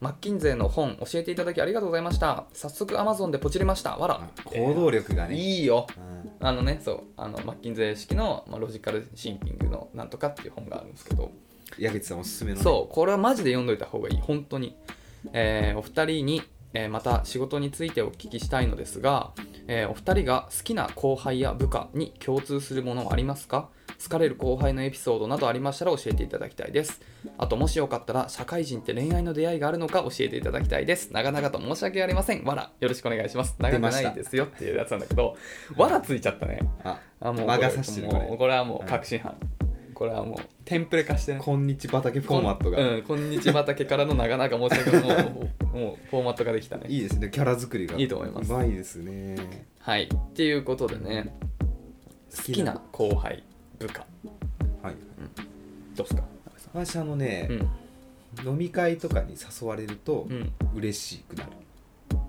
B: マッキンゼーの本教えていただきありがとうございました早速 Amazon でポチりましたわら
A: 行動力がね、
B: いいよ
A: うん
B: あのねそうあのマッキンゼー式の、まあ、ロジカルシンキングのなんとかっていう本があるんですけど
A: 矢口さんおすすめのね、
B: そうこれはマジで読んどいた方がいい本当に、えーお二人に、えーまた仕事についてお聞きしたいのですが、えーお二人が好きな後輩や部下に共通するものはありますか好かれる後輩のエピソードなどありましたら教えていただきたいですあともしよかったら社会人って恋愛の出会いがあるのか教えていただきたいです長々と申し訳ありませんわらよろしくお願いします長くないですよっていうやつなんだけどわらついちゃったね
A: あ
B: あもう
A: 魔が差
B: さ
A: してるこれ
B: もうこれはもう確信犯、これはもうテンプレ化してね
A: こんにち畑フォーマットが、
B: うん、こんにち畑からの長々申し訳ないもうもうフォーマットができたね
A: いいですねキャラ作りが
B: いいと思います
A: うまいですね
B: はいっていうことでね好きな後輩部下
A: はい
B: どうですか
A: 私あのね
B: う、ん
A: 飲み会とかに誘われると
B: うん
A: 嬉しくなる、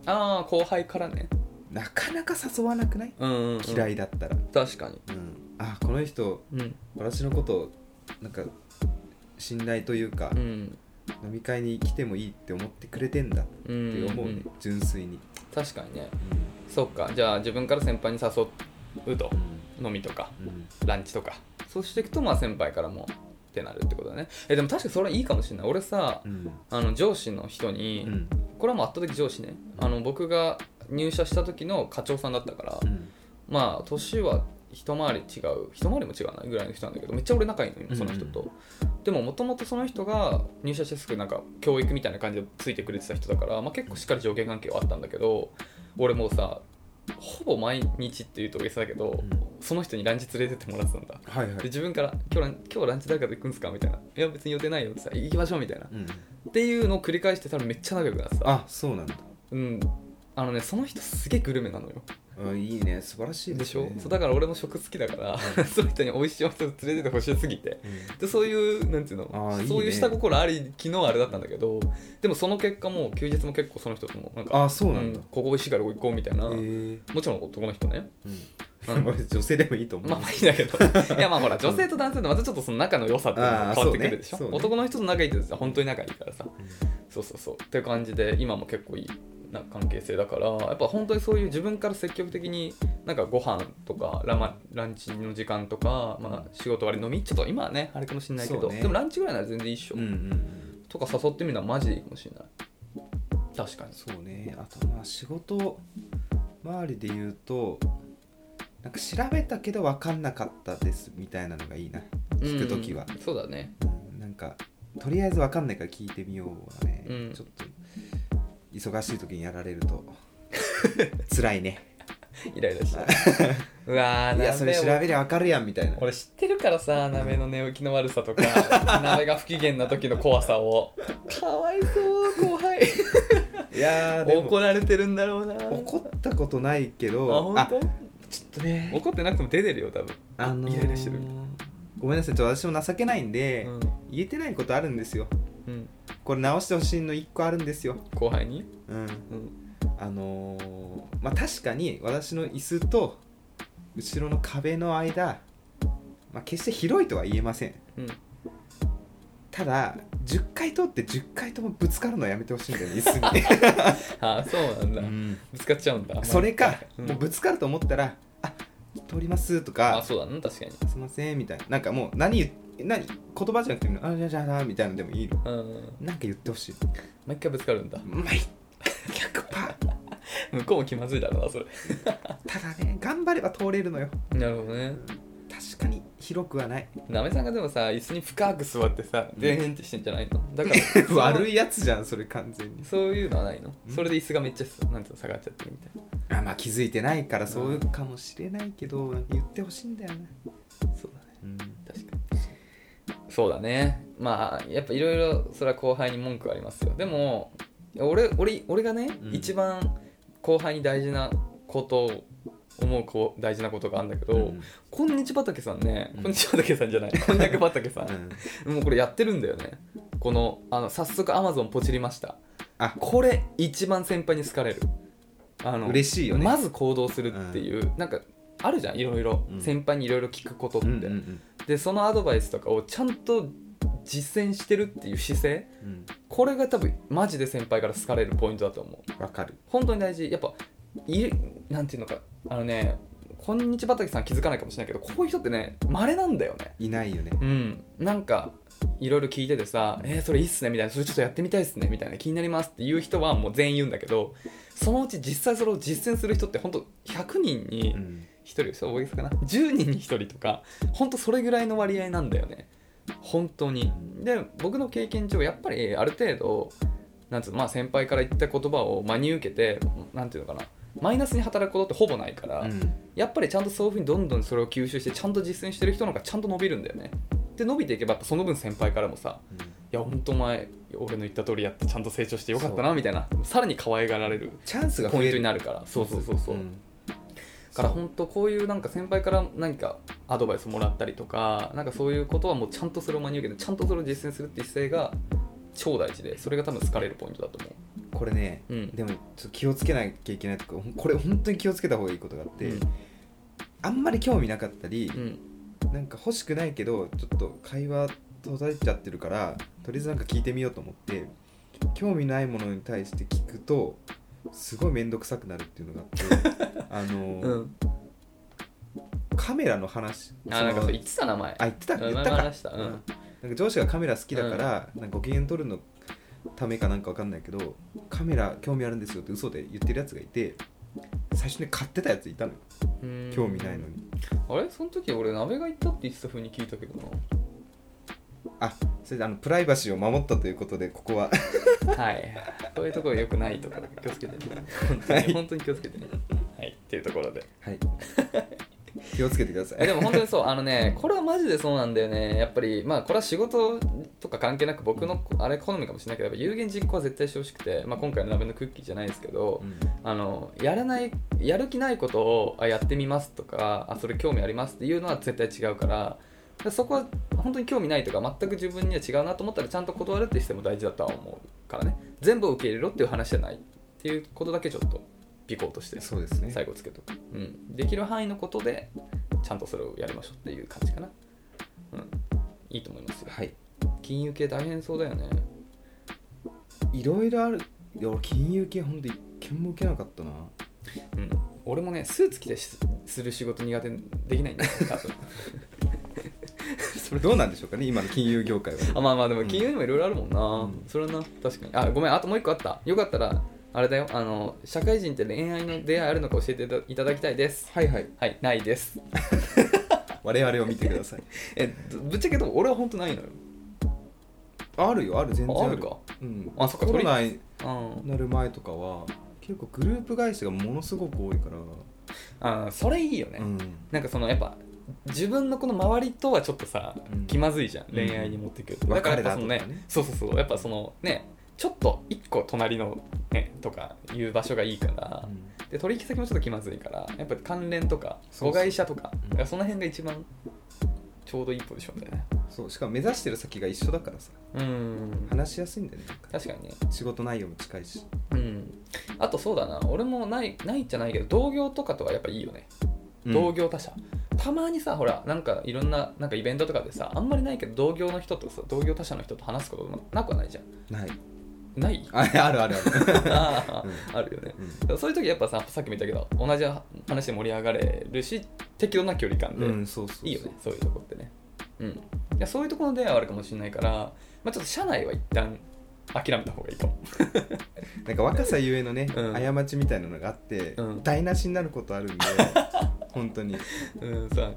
B: ああ後輩からね
A: なかなか誘わなくない
B: うんうん、うん、
A: 嫌いだったら、
B: 確かに
A: うん、あこの人
B: うん
A: 私のことなんか信頼というか、
B: うん
A: 飲み会に来てもいいって思ってくれてんだっ
B: うん
A: て思うね、
B: ん
A: 純粋に、
B: 確かにね
A: う
B: そっかじゃあ自分から先輩に誘うと飲みとか
A: んうん
B: ランチとかそうしていくとまあ先輩からもってなるってことだねえでも確かにそれはいいかもしれない俺さ
A: うん
B: あの上司の人に、
A: うん
B: これはもう圧倒的上司ねあの僕が入社した時の課長さんだったから、
A: うん
B: まあ年は一回り違う一回りも違うなぐらいの人なんだけどめっちゃ俺仲いいのよその人と、
A: うん
B: でももともとその人が入社してすぐなんか教育みたいな感じでついてくれてた人だから、まあ、結構しっかり上下関係はあったんだけど俺もうさほぼ毎日っていうと大げさだけど、
A: うん
B: その人にランチ連れてってもらってたんだ
A: はいは
B: で
A: い
B: 自分から今日ラン「今日ランチ誰かと行くんですか?」みたいな「いや別に予定ないよ」ってさ「行きましょう」みたいな
A: うん
B: っていうのを繰り返して多分めっちゃ仲良くなってた
A: あそうなんだ
B: うん、あのねその人すげえグルメなのよ
A: うんいいね素晴らしい
B: でしょ、そう
A: だ
B: だから俺も食好きだから、 その人に美味しいお店を連れてってほしすぎてでそういうなんていう
A: あ
B: の
A: ーいいね
B: そういう下心あり昨日あれだったんだけどでもその結果もう休日も結構その人ともなんか
A: あそうなんだ
B: うん、ここ美味しいからここ行こうみたいな、
A: へえ
B: もちろん男の人ね
A: うん女性でもいいと思う
B: まあまあいいんだけ どいやまあほら女性と男性のまたちょっとその仲の良さっていうの
A: あ
B: が
A: ー
B: 変わってくるでしょ、
A: そうねそうね
B: 男の人と仲いいって言うと本当に仲いいからさそうそうそうっていう感じで今も結構いいな関係性だからやっぱ本当にそういう自分から積極的になんかご飯とかラマランチの時間とか、まあ、仕事終わり飲みちょっと今はねあれかもしれないけ
A: そ
B: ど、
A: うね
B: でもランチぐらいなら全然一緒、
A: うんうんうん
B: とか誘ってみるのはマジでいいかもしれない確かに
A: そうねあとまあ仕事周りで言うとなんか調べたけど分かんなかったですみたいなのがいいな聞くときは
B: うん、そうだね
A: うんなんかとりあえず分かんないから聞いてみようはね、
B: うん
A: ちょっと忙しい時にやられると 辛いね
B: イライラした うわー
A: い
B: 鍋
A: やそれ調べりゃ分かるやんみたいな
B: 俺知ってるからさ鍋の寝起きの悪さ とか鍋が不機嫌な時の怖さをかわいそう後 輩
A: いやーでも
B: 怒られてるんだろうな
A: 怒ったことないけ
B: あ
A: ど
B: 本
A: ちょっとね
B: 当怒ってなくても出てるよ多分
A: あのー
B: イライラしてるみたい
A: ごめんなさいちょっと私も情けないんで、
B: うん
A: 言えてないことあるんですよ
B: うん
A: これ直してほしいの1個あるんですよ
B: 後輩に
A: うん
B: うん
A: あのーまあ確かに私の椅子と後ろの壁の間、まあ、決して広いとは言えません
B: うん
A: ただ10回通って10回ともぶつかるのはやめてほしいんだよね椅
B: ああそうなん
A: 子
B: だ
A: に、 うん
B: ぶつかっちゃうんだ
A: それか、
B: うん
A: もうぶつかると思ったら「あ通ります」と
B: あ
A: か
B: そうだな確かに
A: 「すいません」みたいななんかもう何言何言葉じゃなくても「あじゃあじゃあな」みたいなのでもいいの
B: うん
A: なんか言ってほしい
B: 毎回ぶつかるんだ
A: 毎100パー
B: 向こうも気まずいだろうなそれ
A: ただね頑張れば通れるのよ
B: なるほどね
A: 確かに広くはない
B: なめさんがでもさ椅子に深く座ってさでーんってしてんじゃないのだか ら
A: 悪
B: い
A: いやつじゃんそれ完全に
B: そういうのはないの
A: うん
B: それで椅子がめっちゃなんつうの下がっちゃってるみたい
A: あまあ気づいてないからそうかもしれないけどなんか言ってほしいんだよね
B: なそうだね
A: うん
B: 確かにそうだねまあやっぱいろいろそれは後輩に文句はありますよでも俺俺俺がね、
A: うん
B: 一番後輩に大事なことを思うこう大事なことがあるんだけど、
A: うん
B: こんにち畑さんね、
A: うん
B: こんにち畑さんじ ゃないこんにゃく畑さ、
A: うんん
B: もうこれやってるんだよねこのあの早速 Amazon ポチりました
A: あ
B: これ一番先輩に好かれるあの
A: 嬉しいよね
B: まず行動するっていう、なんかあるじゃんいろいろ、
A: うん
B: 先輩にいろいろ聞くことって、
A: うんうんうん
B: でそのアドバイスとかをちゃんと実践してるっていう姿勢
A: うん
B: これが多分マジで先輩から好かれるポイントだと思う
A: わかる
B: 本当に大事やっぱいるなんていうのかあのねこんにち畑さん気づかないかもしれないけどこういう人ってね稀なんだよね
A: いないよね
B: うんなんかいろいろ聞いててさ「えー、それいいっすね」みたいな「それちょっとやってみたいっすね」みたいな「気になります」っていう人はもう全員言うんだけどそのうち実際それを実践する人って本当100人に
A: うん
B: 1人そう大げさかな10人に1人とかほんとそれぐらいの割合なんだよね本当にで僕の経験上やっぱりある程度なんつうのまあ先輩から言った言葉を真に受けてなんていうのかなマイナスに働くことってほぼないから、
A: うん
B: やっぱりちゃんとそういうふうにどんどんそれを吸収してちゃんと実践してる人の方がちゃんと伸びるんだよねで伸びていけばやっぱその分先輩からもさ「いやほんとお前俺の言った通りやってちゃんと成長してよかったな」みたいなさらに可愛がられる
A: チャンスが増
B: ポイン
A: え
B: ト
A: る
B: になるからそうそうそうそう、
A: ん
B: だから本当こういうなんか先輩から何かアドバイスもらったりとかなんかそういうことはもうちゃんとそれを真に受けてちゃんとそれを実践するっていう姿勢が超大事でそれが多分好かれるポイントだと思
A: これね、
B: うん
A: でもちょっと気をつけなきゃいけないとかこれ本当に気をつけた方がいいことがあっ
B: う
A: て、
B: うん
A: あんまり興味なかったり
B: う、ん
A: なんか欲しくないけどちょっと会話途絶えちゃってるからとりあえずなんか聞いてみようと思って興味ないものに対して聞くとすごい面倒くさくなるっていうのがあっ てあの、
B: うん、
A: カメラの話
B: あ
A: その
B: なんかそう言ってた名前
A: あ言ってた
B: うん
A: 言ったか
B: 話したうん
A: なんか上司がカメラ好きだから、なんかご機嫌取るのためかなんかわかんないけどカメラ興味あるんですよって嘘で言ってるやつがいて最初に買ってたやついたのよ
B: うん
A: 興味ないのに、
B: あれその時俺鍋が行ったって言ってた風に聞いたけど
A: あそれであのプライバシーを守ったということでここは
B: なはいそういうところよくないとか気をつけて ね本当に本当に気をつけてねはいっていうところで
A: はい気をつけてください
B: えでも本当にそうあのねこれはマジでそうなんだよねやっぱりまあこれは仕事とか関係なく僕のあれ好みかもしれないけどやっぱ有言実行は絶対してほしくて、まあ、今回の「鍋のクッキー」じゃないですけど、
A: うん
B: あのやらないやる気ないことをあやってみますとかあそれ興味ありますっていうのは絶対違うからでそこは本当に興味ないとか全く自分には違うなと思ったらちゃんと断るってしても大事だとは思うからね全部を受け入れろっていう話じゃないっていうことだけちょっとピコーとして
A: そうですね
B: 最後つけとく、うん、できる範囲のことでちゃんとそれをやりましょうっていう感じかな、うん、いいと思いますよ
A: はい
B: 金融系大変そうだよね
A: いろいろあるいや俺金融系ほんと一件も受けなか ったな
B: うん俺もねスーツ着てしする仕事苦手できないんだよ 多分
A: それどうなんでしょうかね今の金融業界は
B: あまあまあでも金融にもいろいろあるもんな、
A: うん
B: それはな確かにあごめんあともう一個あったよかったらあれだよあの社会人って恋愛の出会いあるのか教えていたいただきたいです
A: はいはい
B: はいないです
A: 我々を見てください
B: えぶぶっちゃけでも俺は本当ないのよ
A: あるよある全然
B: ああるか
A: うん
B: あそっか
A: コ
B: そ
A: ロ
B: れ
A: ナ
B: うん
A: なる前とかは結構グループ会社がものすごく多いから、
B: あそれいいよね、
A: うん、
B: なんかそのやっぱ自分のこの周りとはちょっとさ、
A: うん
B: 気まずいじゃん
A: ん
B: 恋愛に持っていくると、
A: 別
B: だ
A: れ
B: からやっぱ
A: だ
B: そ
A: と
B: の
A: か
B: ね
A: ね
B: そうそうそうやっぱそのねちょっと一個隣のねとかいう場所がいいから、で取引先もちょっと気まずいからやっぱ関連とか
A: そうそう
B: 子会社とか
A: うん
B: だからその辺が一番ちょうどいいポジションだよね
A: そうしかも目指してる先が一緒だからさ
B: うん
A: 話しやすいんだよねなんか
B: 確かにね
A: 仕事内容も近いし
B: うんあとそうだな俺もないないじゃないけど同業とかとはやっぱいいよね同
A: 同
B: 業他社、たまにさほらなんかいろんななんかイベントとかでさあんまりないけど同業の人とさ同業他社の人と話すこともなくはないじゃん
A: ない
B: ない
A: ああ るあるある、
B: あ
A: う
B: ーあるよね
A: うん
B: だからそういう時やっぱささっきも言ったけど同じ話で盛り上がれるし適度な距離感で、
A: うん、そうそうそう
B: いいよねそういうとこってねうんいやそういうとこの出会いはあるかもしれないから、まあ、ちょっと社内は一旦諦めた方がいいかも
A: なんか若さゆえのね、
B: うん
A: 過ちみたいなのがあって、
B: うん
A: 台無しになることあ るんで本当に
B: うんそうだね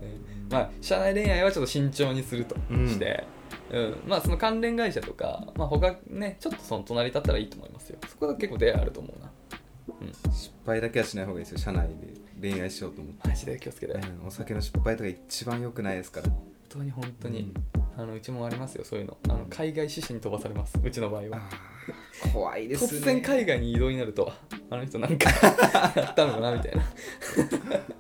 B: まあ社内恋愛はちょっと慎重にすると
A: うん
B: して、うんまあその関連会社とか、まあ、他ねちょっとその隣だったらいいと思いますよそこは結構出会いあると思うな
A: 失敗だけはしない方がいいですよ社内で恋愛しようと思って、
B: マジで気をつけて本
A: うんお酒の失敗とか一番良くないですから
B: 当に本当に、あのうちもありますよそういうのあ
A: う
B: の
A: ん
B: 海外支社に飛ばされますうちの場合は
A: あー怖いですね
B: 突然海外に移動になるとあの人な んかやったのかなみたいな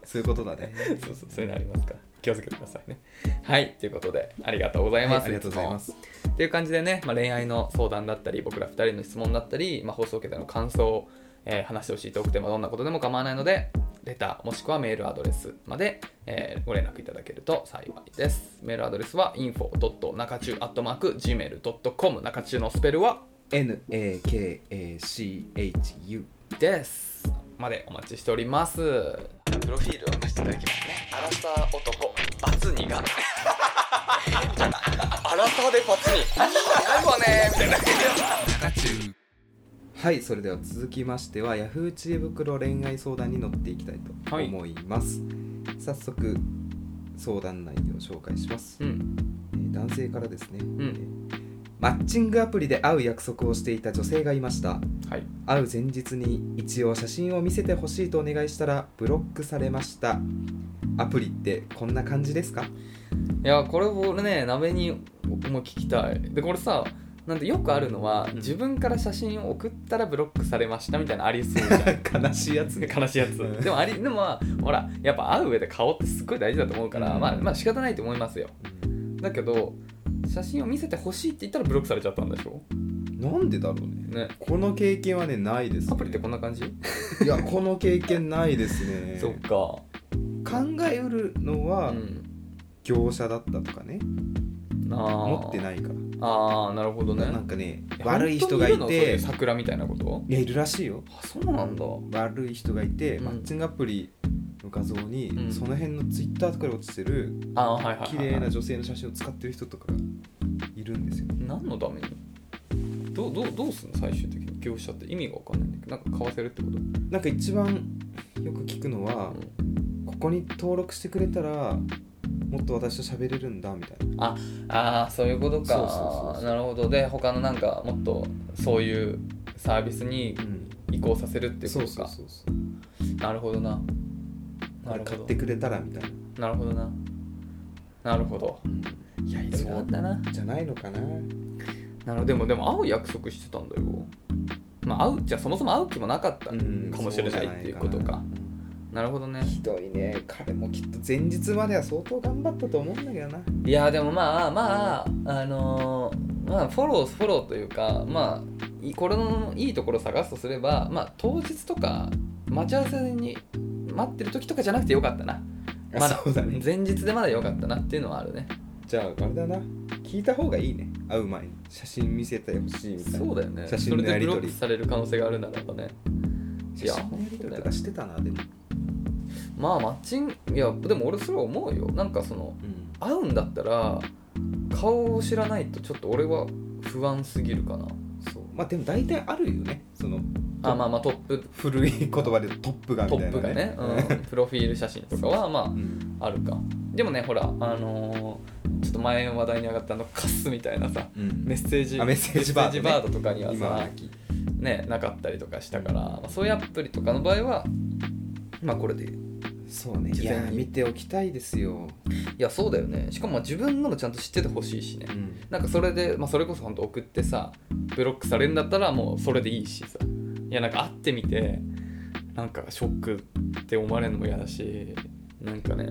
A: そういうことだね
B: そうそうそういうのありますから気をつけてくださいねはいということでありがとうございます、
A: はいありがとうございます
B: っていう感じでね、まあ、恋愛の相談だったり僕ら2人の質問だったり、まあ、放送を受けての感想、えー話してほしいトークテーマどんなことでも構わないのでレターもしくはメールアドレスまで、えーご連絡いただけると幸いですメールアドレスは info.nakachu.gmail.com 中中のスペルは
A: NAKACHU
B: ですまでお待ちしておりますプロフィールを見せていただきますねアラサー男バツ2がアラサーでバ ツ2やるわねみたいな
A: はいそれでは続きましては Yahoo 知恵袋恋愛相談に乗っていきたいと
B: はい
A: 思います、早速相談内容を紹介します、
B: うん
A: えー男性からですね、
B: ん
A: えーマッチングアプリで会う約束をしていた女性がいました
B: はい
A: 会う前日に一応写真を見せてほしいとお願いしたらブロックされましたアプリってこんな感じですか
B: いやこれ俺ね鍋に僕も聞きたいでこれさなんでよくあるのは、
A: ん
B: 自分から写真を送ったらブロックされましたみたいなのありそうじゃん
A: 悲しいやつね
B: 悲しいやつ
A: うん
B: でもありでもまあほらやっぱ会う上で顔ってすっごい大事だと思うから、
A: うん
B: まあまあ仕方ないと思いますよだけど写真を見せてほしいって言ったらブロックされちゃったんでしょ
A: なんでだろうね
B: ね
A: この経験はねないです、ね、
B: アプリってこんな感じ、
A: いやこの経験ないですね
B: そっか
A: 考えうるのは、
B: うん
A: 業者だったとかね
B: あー
A: 持ってないから、
B: ああなるほどね
A: なんかね
B: いや
A: 悪い人がい
B: 本当にるのそ
A: て
B: ういう桜みたいなこと
A: いやいるらしいよ
B: あそうなんだ
A: 悪い人がいて、
B: うん
A: マッチングアプリの画像に、
B: うん
A: その辺のツイッターとかで落ちてる
B: あーはいはい
A: 綺
B: はい、
A: 麗
B: は、
A: ない女性の写真を使ってる人とかがいるんですよ
B: 何のためにどうどうどうすんの最終的に業者って意味が分かんないんだけどなんか買わせるってこと、
A: なんか一番よく聞くのは、
B: うん
A: ここに登録してくれたらもっと私と喋れるんだみたいな
B: ああそういうこと
A: そ
B: か
A: うそうそうそう
B: なるほどで他のなんかもっとそういうサービスに
A: ん
B: 移行させるっていうこ
A: そ
B: と
A: う
B: か
A: そうそうそう
B: なるほどなな
A: こ
B: る
A: れ
B: ほ
A: 買
B: ど
A: ってくれたらみたいな、
B: なるほどななるほど
A: いやい
B: そう
A: ろあ
B: だっ
A: ったた
B: な
A: じゃないのかな
B: なるほどでもでも会う約束してたんだよまあ会うじゃあそもそも会う気もなかった、かもしれないっていうことかなるほどね
A: ひどいね彼もきっと前日までは相当頑張ったと思うんだけどない
B: やでもまあまああのーまあフォローフォローというかまあいこれのいいところを探すとすればまあ当日とか待ち合わせに待ってる時とかじゃなくてよかったなまだ
A: そうだね
B: 前日でまだよかったなっていうのはあるね
A: じゃああれだな聞いた方がいいね会う前に写真見せてほしいみたいな
B: そうだよね
A: 写
B: そ
A: 真
B: れ
A: のや
B: で
A: り
B: ブロ
A: 取
B: ック
A: り
B: される可能性があるならばねい
A: 写
B: や
A: 真のやり取りとかしてたなでも、
B: まあマッチングいやでも俺それは思うよなんかその会うんだったら顔を知らないとちょっと俺は不安すぎるかな
A: そうまあでも大体あるよねその
B: あまあまあトップ
A: 古い 言葉でトップガン
B: ト
A: みた
B: ッ
A: いな
B: プがね、 うん、プロフィール写真とかはま
A: うん
B: ああるかでもねほらあのーちょっと前話題に上がったあのカスみたいなさ
A: うん
B: メッセージ
A: あメッセージバードね
B: メッセージバードとかには
A: 今は
B: さ
A: なき
B: ねなかったりとかしたから、まあ、そういうアプリとかの場合はまあこれでいい
A: そうね
B: 事
A: い
B: 前
A: や
B: に
A: ー見ておきたいですよ、
B: いやそうだよねしかもまあ自分のもちゃんと知っててほしいしねなんかそれで、まあ、それこそ本当送ってさブロックされるんだったらもうそれでいいしさいやなんか会ってみてなんかショックって思われるのも嫌だしなんかね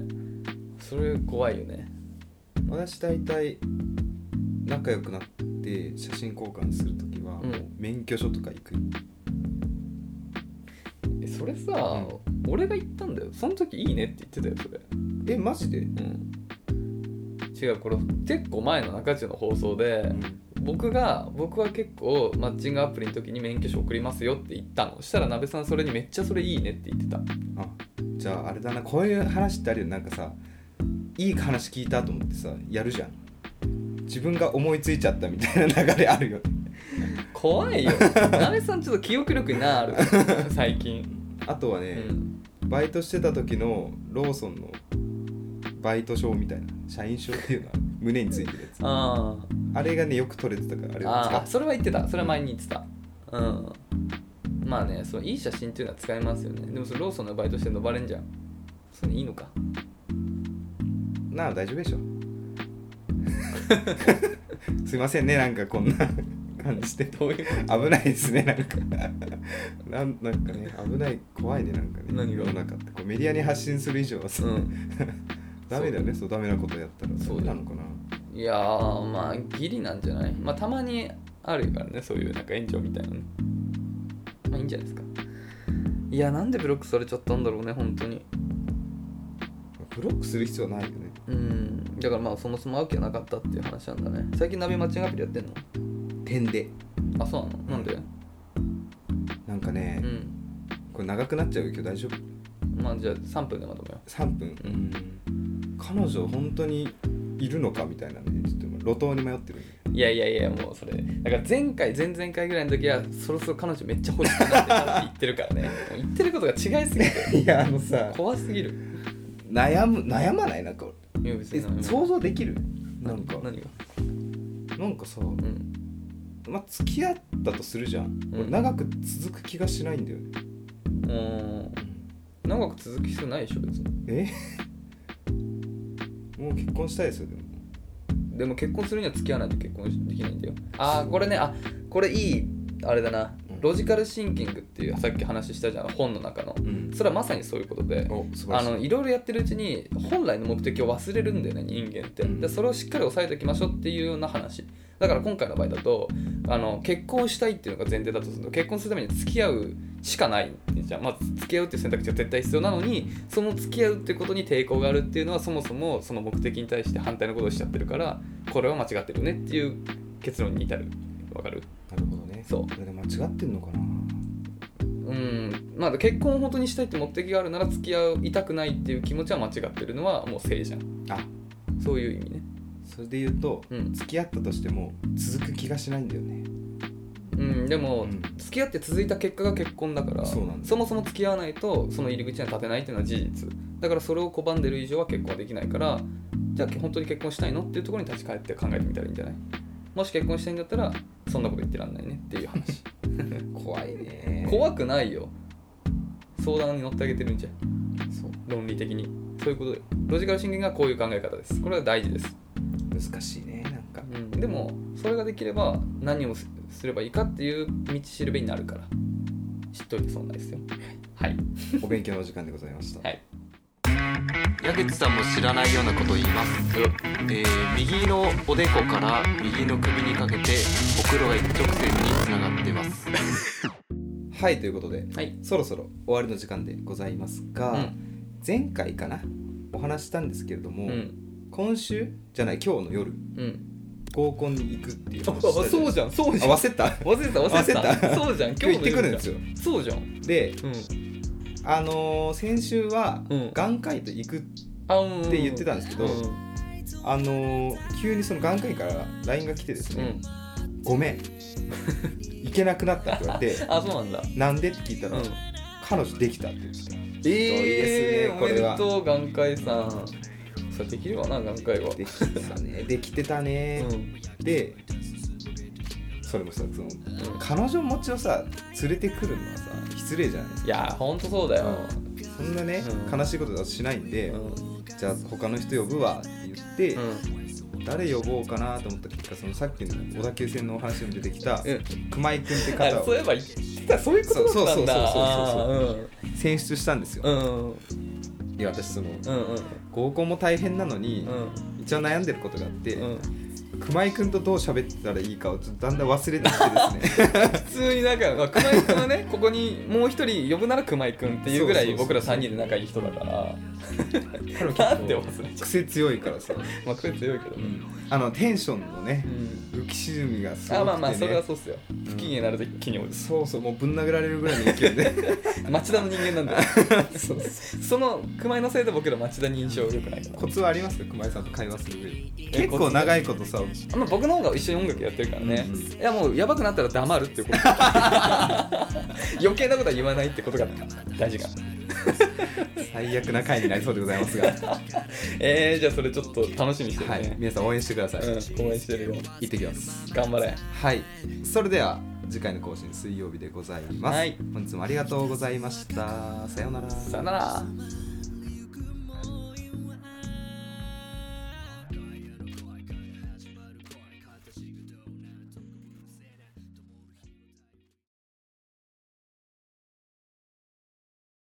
B: それ怖いよね
A: 私大体仲良くなって写真交換するときは、
B: うん
A: もう免許証とか行く
B: えそれさ、俺が言ったんだよその時いいねって言ってたよそれ
A: えマジで、
B: うん違うこれ結構前の中中の放送で僕が僕は結構マッチングアプリの時に免許証送りますよって言ったのそしたらなべさんそれにめっちゃそれいいねって言ってた
A: あじゃああれだなこういう話ってあるよなんかさいい話聞いたと思ってさやるじゃん自分が思いついちゃったみたいな流れあるよね
B: 怖 いよなべさんちょっと記憶力なあ る最近、
A: あとは
B: う
A: ね、
B: ん、
A: バイトしてた時のローソンのバイト証みたいな社員証っていうのは胸についてるやつ
B: あ
A: あれがねよく取れてたからあれ
B: ー
A: を
B: あ
A: 使
B: ー
A: って
B: それは言ってたそれは前に言ってたうんまあねそのいい写真っていうのは使えますよねでもそれローソンのバイトしてるのバレんじゃんそれいいのか
A: なあ大丈夫でしょ すいませんねなんかこんな感じで
B: どういうこ
A: 危ないですねなんかなんなんかね危ない怖いねなんかね
B: 何が
A: 世の中ってこうメディアに発信する以上はさ、
B: と、うん、
A: ダメだよねそうダメなことやったら
B: そ
A: そうう
B: だよ
A: なのかない
B: やーまあギリなんじゃないまあたまにあるからねそういうなんか炎上みたいなのねまあいいんじゃないですかいやなんでブロックされちゃったんだろうね本当に
A: ブロックする必要はないよね
B: うんだからまあそもそも会う気はなかったっていう話なんだね最近鍋マッチングアプリやってんの
A: 点で
B: あそうなのなんで
A: なんかね、
B: うん
A: これ長くなっちゃうけど大丈夫
B: まあじゃあ3分でまとめよ
A: 3分、
B: う
A: 彼女本当にいるのかみたいなねちょっと今路頭に迷ってるね
B: いやいやいやもうそれだから前回前々回ぐらいの時はそろそろ彼女めっちゃ欲しくなってたって言ってる からねもう言ってることが違いすぎて
A: いやあのさ
B: 怖すぎる
A: 悩む悩まないなんか
B: いや別
A: え
B: に何も
A: 想像できるなんか
B: 何が
A: なんかさ、
B: うん
A: まあ、付き合ったとするじゃん、
B: うん
A: 俺長く続く気がしないんだよね
B: うーん長く続く必要ないでしょ別に
A: え もう結婚したいですよでも
B: でも結婚するには付き合わないと結婚できないんだよああこれねあこれいいあれだな
A: うん
B: ロジカルシンキングっていうさっき話したじゃん本の中の
A: うん
B: それはまさにそういうことで
A: お素晴ら
B: あ
A: しい
B: のいろいろやってるうちに本来の目的を忘れるんだよね人間って
A: うん
B: でそれをしっかり押さえておきましょうっていうような話だから今回の場合だとあの結婚したいっていうのが前提だとすると結婚するために付き合うしかないじゃん、まあ、付き合うっていう選択肢は絶対必要なのにその付き合うっていうことに抵抗があるっていうのはそもそもその目的に対して反対のことをしちゃってるからこれは間違ってるねっていう結論に至るわかる
A: なるほどね
B: そう
A: 俺で間違ってんのかな
B: うんまあ結婚を本当にしたいって目的があるなら付き合いたくないっていう気持ちは間違ってるのはもう正じゃん
A: あ
B: そういう意味ね
A: それで言うと、
B: うん
A: 付き合ったとしても続く気がしないんだよね
B: うんでも、
A: うん
B: 付き合って続いた結果が結婚だから
A: そうなんだ
B: もそも付き合わないとその入り口には立てないっていうのは事実だからそれを拒んでる以上は結婚はできないからじゃあ本当に結婚したいのっていうところに立ち返って考えてみたらいいんじゃないもし結婚したいんだったらそんなこと言ってらんないねっていう話
A: 怖いね
B: 怖くないよ相談に乗ってあげてるんじゃん
A: そう
B: 論理的にそういうことでロジカルシンキングがこういう考え方ですこれは大事です、
A: 難しいねなん か
B: うん、でもそれができれば何をすすればいいかっていう道しるべになるから知っといて損ないですよはい
A: お勉強の時間でございました
B: はい
C: 矢口さんも知らないようなことを言います、えー右のおでこから右の首にかけてほくろが一直線につながっています
A: はいということで
B: はい
A: そろそろ終わりの時間でございますが、
B: うん
A: 前回かなお話ししたんですけれど
B: う
A: も、
B: ん
A: 今週じゃない今日の夜
B: うん
A: 合コンに行くっていう
B: あ
A: 話したじゃ
B: そうじゃんそうじゃん
A: あ忘れた
B: 忘れてた忘れてた
A: 忘れた
B: そうじゃん 今
A: 今日
B: 日
A: 行ってくるんです
B: よ
A: よ
B: そうじゃん
A: で
B: うん
A: あのー先週は
B: うん
A: 眼科医と行くっ
B: あうん
A: て言ってたんですけど、
B: うん
A: あのー急にその眼科医から LINE が来てです
B: う
A: ね
B: ん
A: 「ごめん行けなくなった」って言わ れて
B: あそうなんだ
A: 「なんで?」って聞いた
B: う
A: ら
B: ん
A: 「彼女できた」って言ってた
B: ええ
A: ひ
B: お
A: どい
B: め
A: ですね
B: で
A: これは
B: とう眼科医さんそれできるわな眼科医は
A: できてたねできてたね、
B: うん
A: でそれもさその
B: うん
A: 彼女持ちをさ連れてくるのはさ失礼じゃないです
B: い
A: か
B: やーほんとそうだよ、
A: そんなね、
B: うん
A: 悲しいことはしないんで、
B: うん
A: じゃあ他の人呼ぶわって言って、誰呼ぼうかなと思った結果そのさっきの小田急線のお話にも出てきた、
B: ん
A: 熊井君って
B: あ
A: 方を
B: そういえば言ってたそういうことだったんだ
A: そう
B: あ
A: 選出したんですよ、
B: ーうんうん
A: いや私その
B: うんうん
A: 合コンも大変なのに、一応悩んでることがあって、
B: うんうん
A: 熊井君とどう喋ってたらいいかをちょっとだんだん忘れてきてです ね
B: 普通になんか、まあ、熊井君はねここにもう一人呼ぶなら熊井君っていうぐ
A: そ
B: ら
A: う
B: い
A: そうそう
B: 僕ら3人で仲いい人だから
A: 彼は
B: なんで忘れちゃ
A: 癖強いからさ、
B: うまあこれ強いけどね、
A: あのテンションのね
B: うん
A: 浮き沈みがすごくて、ね、
B: あまあまあそれはそうっすよ不機嫌になると一気に落ち
A: そうそうもうぶん殴られるぐらいの勢いで
B: る町田の人間なんだよ そうその熊井のせいで僕ら町田に印象良くないから
A: コツはありますか熊井さんと会話する上
B: え
A: で結構長いことさ
B: まあ、僕の方が一緒に音楽やってるからね、
A: うん
B: いやもうやばくなったら黙るっていうこと 余計なことは言わないってことが大事かな
A: 最悪な回になりそうでございますが、
B: えー、じゃあそれちょっと楽しみにしてるね、
A: はい、皆さん応援してください、
B: うん、応援してるよ
A: 行ってきます
B: 頑張れ
A: はいそれでは次回の更新水曜日でございます、
B: はい
A: 本日もありがとうございましたさようなら
B: さよなら